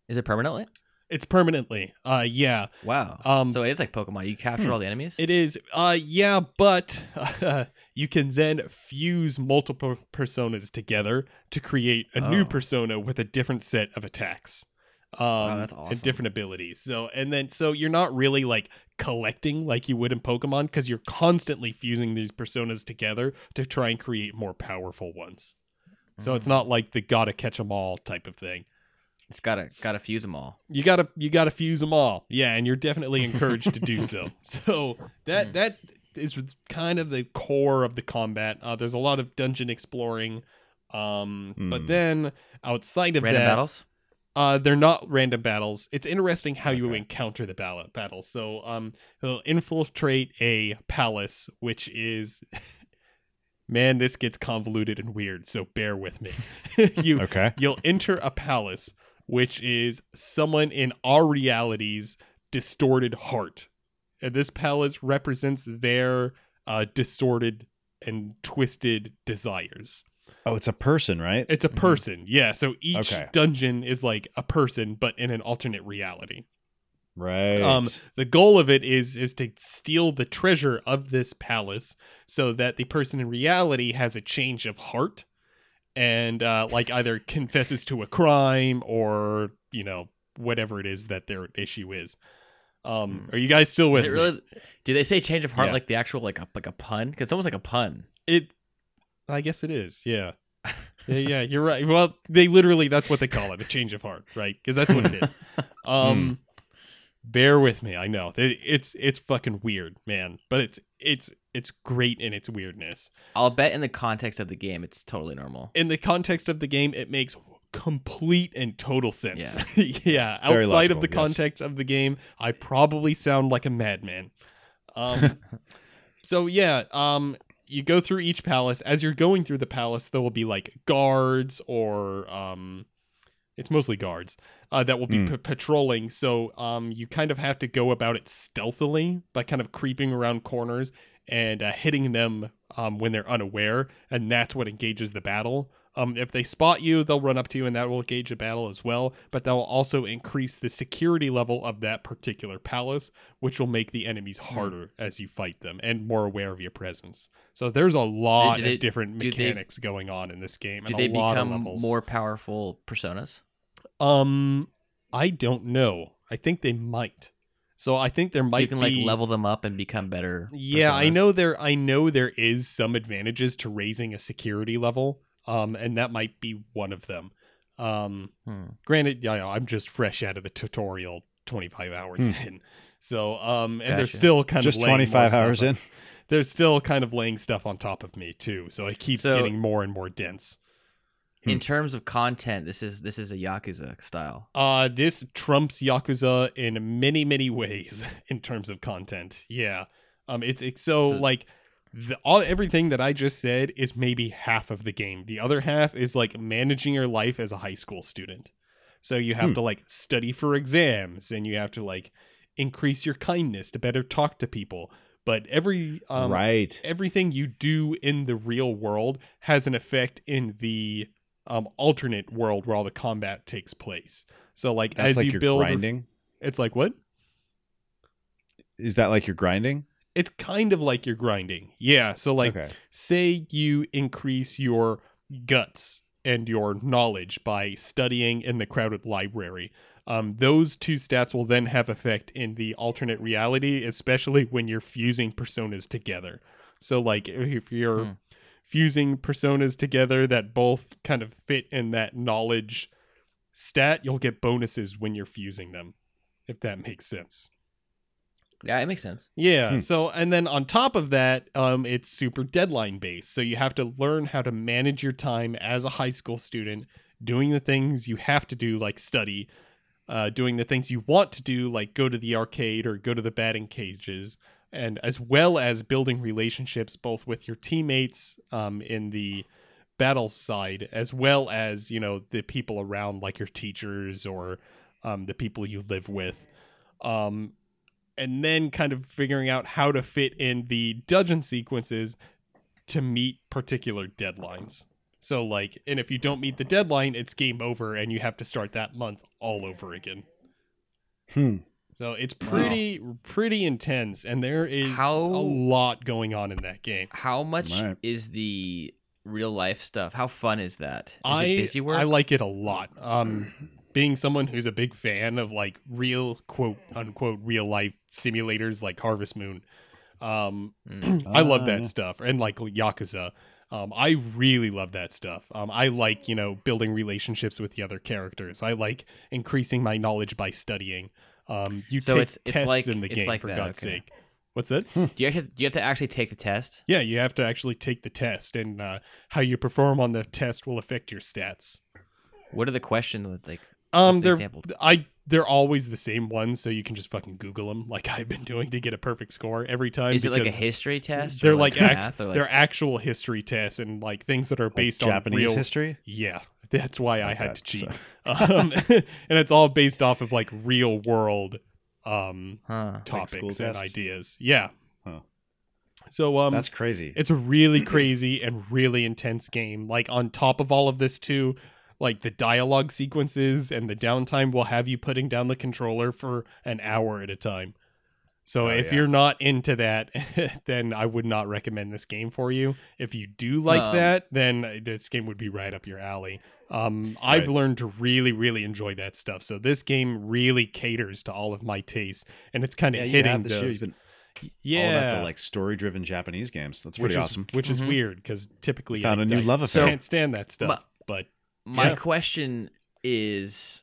Is it permanently? it's permanently uh, yeah Wow. Um, hmm. so it is like Pokemon. You capture all the enemies. It is. Uh, yeah, but uh, you can then fuse multiple personas together to create a Oh. new persona with a different set of attacks. Um, that's awesome. And different abilities. So, and then, so you're not really like collecting like you would in Pokemon because you're constantly fusing these personas together to try and create more powerful ones. So Hmm. it's not like the gotta catch 'em all type of thing It's gotta gotta fuse them all. you gotta you gotta fuse them all yeah and you're definitely encouraged to do so so Hmm. that that is kind of the core of the combat uh, there's a lot of dungeon exploring um but Hmm. then outside of Random that battles. uh, they're not random battles. It's interesting how you Okay. encounter the ballot battles. So, um, he'll infiltrate a palace, which is, man, this gets convoluted and weird. So bear with me. you Okay. you'll enter a palace, which is someone in our reality's distorted heart. And this palace represents their uh, distorted and twisted desires. Oh, it's a person, right? It's a Mhm. person. Yeah. So each Okay. dungeon is like a person, but in an alternate reality. Right. Um, the goal of it is is to steal the treasure of this palace so that the person in reality has a change of heart and uh, like either confesses to a crime or you know whatever it is that their issue is. Um, Hmm. are you guys still with Is it me? really? Do they say change of heart Yeah. like the actual like a like a pun? Because it's almost like a pun. It, I guess it is. Yeah. yeah, yeah, you're right. Well, they literally that's what they call it, a change of heart, right? Because that's what it is. Um, bear with me. I know It- it's it's fucking weird, man, but it's it's it's great in its weirdness. I'll bet in the context of the game, it's totally normal. In the context of the game, it makes complete and total sense. Yeah, Very outside of logical, the yes. context of the game, I probably sound like a madman. Um, so yeah, um, you go through each palace. As you're going through the palace, there will be like guards or um, it's mostly guards uh, that will be Hmm. Mm. pa- patrolling. So um, you kind of have to go about it stealthily by kind of creeping around corners and uh, hitting them um, when they're unaware, and that's what engages the battle. Um, if they spot you, they'll run up to you, and that will engage a battle as well. But that will also increase the security level of that particular palace, which will make the enemies Hmm. harder as you fight them and more aware of your presence. So there's a lot do they- of different do they- mechanics going on in this game, Do and they a lot of become levels. more powerful personas? Um, I don't know. I think they might. So I think there might you can be like level them up and become better. yeah, I personas? know there. I know there is some advantages to raising a security level. Um, and that might be one of them. Um, Hmm. granted, yeah, yeah, I'm just fresh out of the tutorial, 25 hours in. So, um, and they're Gotcha. still kind Hmm. Just of laying more 25 stuff hours on- in. They're still kind of laying stuff on top of me too. So it keeps So- getting more and more dense. In Hmm. terms of content, this is this is a yakuza style. Uh, this trumps Yakuza in many, many ways in terms of content. Yeah. Um, it's it's so, So- like the, all everything that I just said is maybe half of the game. The other half is like managing your life as a high school student. So you have Hmm. to like study for exams and you have to like increase your kindness to better talk to people. But every um, right. everything you do in the real world has an effect in the um, alternate world where all the combat takes place. So like That's as like you your build, grinding. it's like what? Is that like your grinding? It's kind of like you're grinding. Yeah. So like okay. say you increase your guts and your knowledge by studying in the crowded library. Um, those two stats will then have effect in the alternate reality, especially when you're fusing personas together. So, like, if you're Hmm. fusing personas together that both kind of fit in that knowledge stat, you'll get bonuses when you're fusing them, if that makes sense. Yeah, it makes sense. Yeah. Hmm. So, and then on top of that, um, it's super deadline based. So you have to learn how to manage your time as a high school student, doing the things you have to do, like study, uh, doing the things you want to do, like go to the arcade or go to the batting cages, and as well as building relationships both with your teammates um, in the battle side, as well as, you know, the people around, like your teachers or um, the people you live with. Um, and then kind of figuring out how to fit in the dungeon sequences to meet particular deadlines. So like, and if you don't meet the deadline, it's game over, and you have to start that month all over again. Hmm. So it's pretty pretty intense, and there is How- a lot going on in that game. How much Right. is the real life stuff? How fun is that? Is I it busy work? I like it a lot. Um, being someone who's a big fan of like real quote unquote real life simulators like Harvest Moon, um, Mm. I love Ah, that yeah. stuff and like Yakuza. Um, I really love that stuff. Um, I like you know building relationships with the other characters. I like increasing my knowledge by studying. Um, you So take it's- it's tests like- in the it's game like for that, God's okay. sake. What's that? Hmm. Do you actually, do you have to actually take the test? Yeah, you have to actually take the test, and uh, how you perform on the test will affect your stats. What are the questions that, like? Um, what's the they're example? I they're always the same ones, so you can just fucking Google them, like I've been doing to get a perfect score every time. Is it like a because history test? they're or like, like act- math or like they're actual history tests and like things that are based like on Japanese real history. Yeah, that's why I Like had that, to cheat. so- Um, and it's all based off of like real world um, huh. Like school topics and tests? ideas. Yeah. Huh. So um, That's crazy. it's a really crazy and really intense game. Like on top of all of this too, like the dialogue sequences and the downtime will have you putting down the controller for an hour at a time. So Oh, if yeah. you're not into that, then I would not recommend this game for you. If you do like Um, that, then uh, this game would be right up your alley. Um, I've Right. learned to really, really enjoy that stuff. So this game really caters to all of my tastes, and it's kind of you hitting have this those. year, you've been yeah, all about the like story-driven Japanese games. That's pretty which awesome. Is, which is Mhm. weird because typically Found I, a new I love affair. Can't stand that stuff. but My Yeah. question is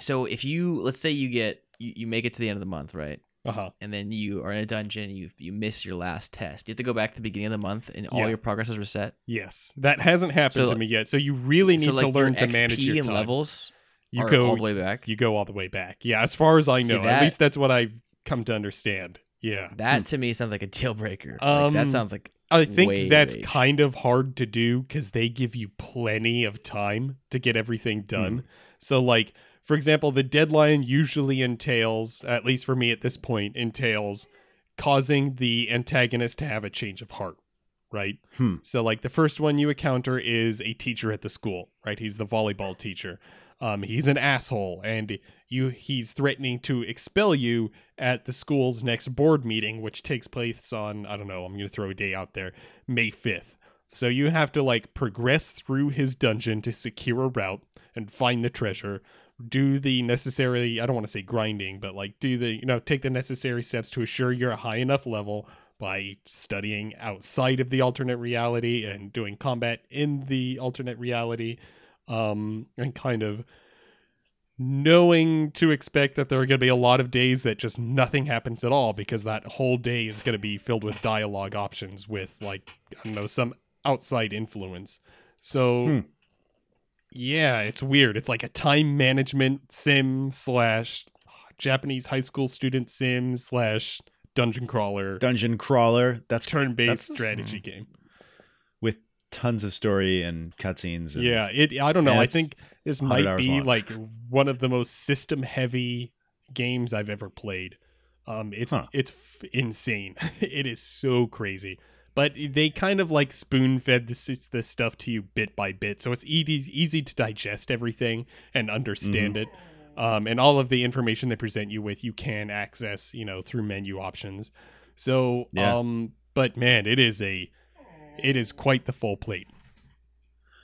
so if you let's say you get you, you make it to the end of the month, right? uh huh. And then you are in a dungeon, you you miss your last test. You have to go back to the beginning of the month and all Yeah. your progress is reset. Yes, that hasn't happened So, to me yet. So you really need so like to learn your to XP manage your and time. levels you are go all the way back. you go all the way back. Yeah, as far as I See know, at that- least that's what I've come to understand. Yeah, that to me sounds like a deal breaker. like, Hmm. Um, that sounds like I think Way that's rage. kind of hard to do because they give you plenty of time to get everything done. So, like, for example, the deadline usually entails, at least for me at this point, entails causing the antagonist to have a change of heart, right? Hmm. So, like, the first one you encounter is a teacher at the school, right? He's the volleyball teacher. Um, he's an asshole, and you he's threatening to expel you at the school's next board meeting, which takes place on I don't know. I'm gonna throw a day out there, May 5th. So you have to like progress through his dungeon to secure a route and find the treasure. Do the necessary, I don't want to say grinding, but like do the, you know, take the necessary steps to assure you're a high enough level by studying outside of the alternate reality and doing combat in the alternate reality um, and kind of knowing to expect that there are going to be a lot of days that just nothing happens at all because that whole day is going to be filled with dialogue options with like I don't know some outside influence. So Hmm. yeah, it's weird. It's like a time management sim slash Japanese high school student sim slash dungeon crawler Dungeon crawler. That's turn based that's- hmm. strategy game. with tons of story and cutscenes. And, Yeah, it. I don't know. and I it's think this 100 might hours be long. like one of the most system heavy games I've ever played. Um, it's Huh. it's f- insane. it is so crazy. But they kind of like spoon fed this this stuff to you bit by bit, so it's easy easy to digest everything and understand Mm-hmm. it. Um, and all of the information they present you with, you can access, you know, through menu options. So, Yeah. um, but man, it is a, it is quite the full plate.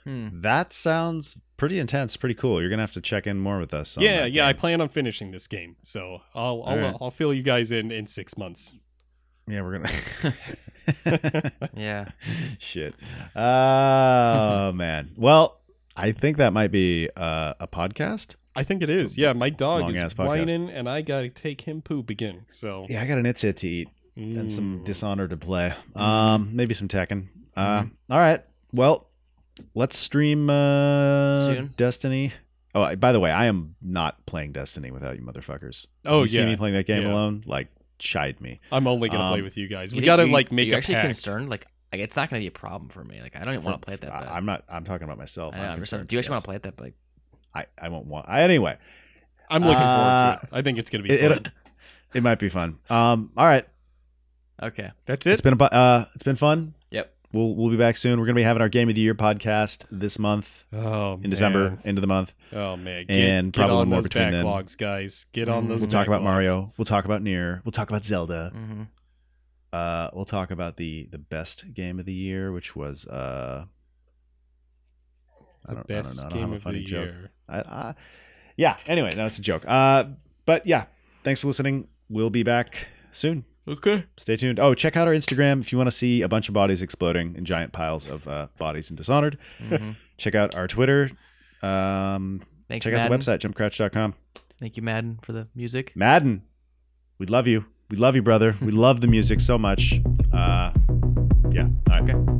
hmm. That sounds pretty intense. Pretty cool. You're gonna have to check in more with us. on yeah, that yeah. I game. plan on finishing this game, so I'll I'll, Alright. I'll fill you guys in in six months. yeah, we're gonna. yeah. Shit. Oh man. Well, I think that might be uh, a podcast. I think it is. Yeah, my dog long-ass is podcast. whining, and I gotta take him poop again. So Yeah, I got an itsit to eat and some mm. dishonor to play. Um, maybe some Tekken. Uh, Mm-hmm. all right. Well, let's stream uh, Soon. Destiny. Oh, I- by the way, I am not playing Destiny without you motherfuckers. Oh you see me yeah, playing that game Yeah. alone? Like, chide me. I'm only gonna play Um, with you guys. You We think- gotta are you- like are make you a actually pact. concerned? Like, like it's not gonna be a problem for me. Like I don't even want to play it that bad. I, am not. I'm talking about myself. I know, I'm I'm just saying, concerned, do you actually yes. want to play it that bad? I, I won't want. I, anyway, I'm looking Uh, forward to it. I think it's gonna be it, fun. it, it might be fun. Um, all right. Okay. That's It's it. been a bu- uh, it's been fun. Yep. We'll we'll be back soon. We're gonna be having our game of the year podcast this month oh in December, end of the month. man. Oh man, get, and get probably on more those between then. backlogs, guys. Get on Mhm. those. We'll talk about backlogs. Mario. We'll talk about Near. We'll talk about Zelda. hmm Uh, we'll talk about the the best game of the year, which was uh, I The don't, best I don't know. I don't game have a of the funny joke. year. I, I, yeah. Anyway, no, it's a joke. Uh, but yeah, thanks for listening. We'll be back soon. Okay. Stay tuned. Oh, check out our Instagram if you want to see a bunch of bodies exploding and giant piles of uh, bodies in Dishonored. Check out our Twitter. Um, Thanks, check out Madden. the website jumpcrouch.com. Thank you, Madden, for the music. Madden, we love you. We love you, brother. We love the music so much. Uh, yeah. All right. Okay.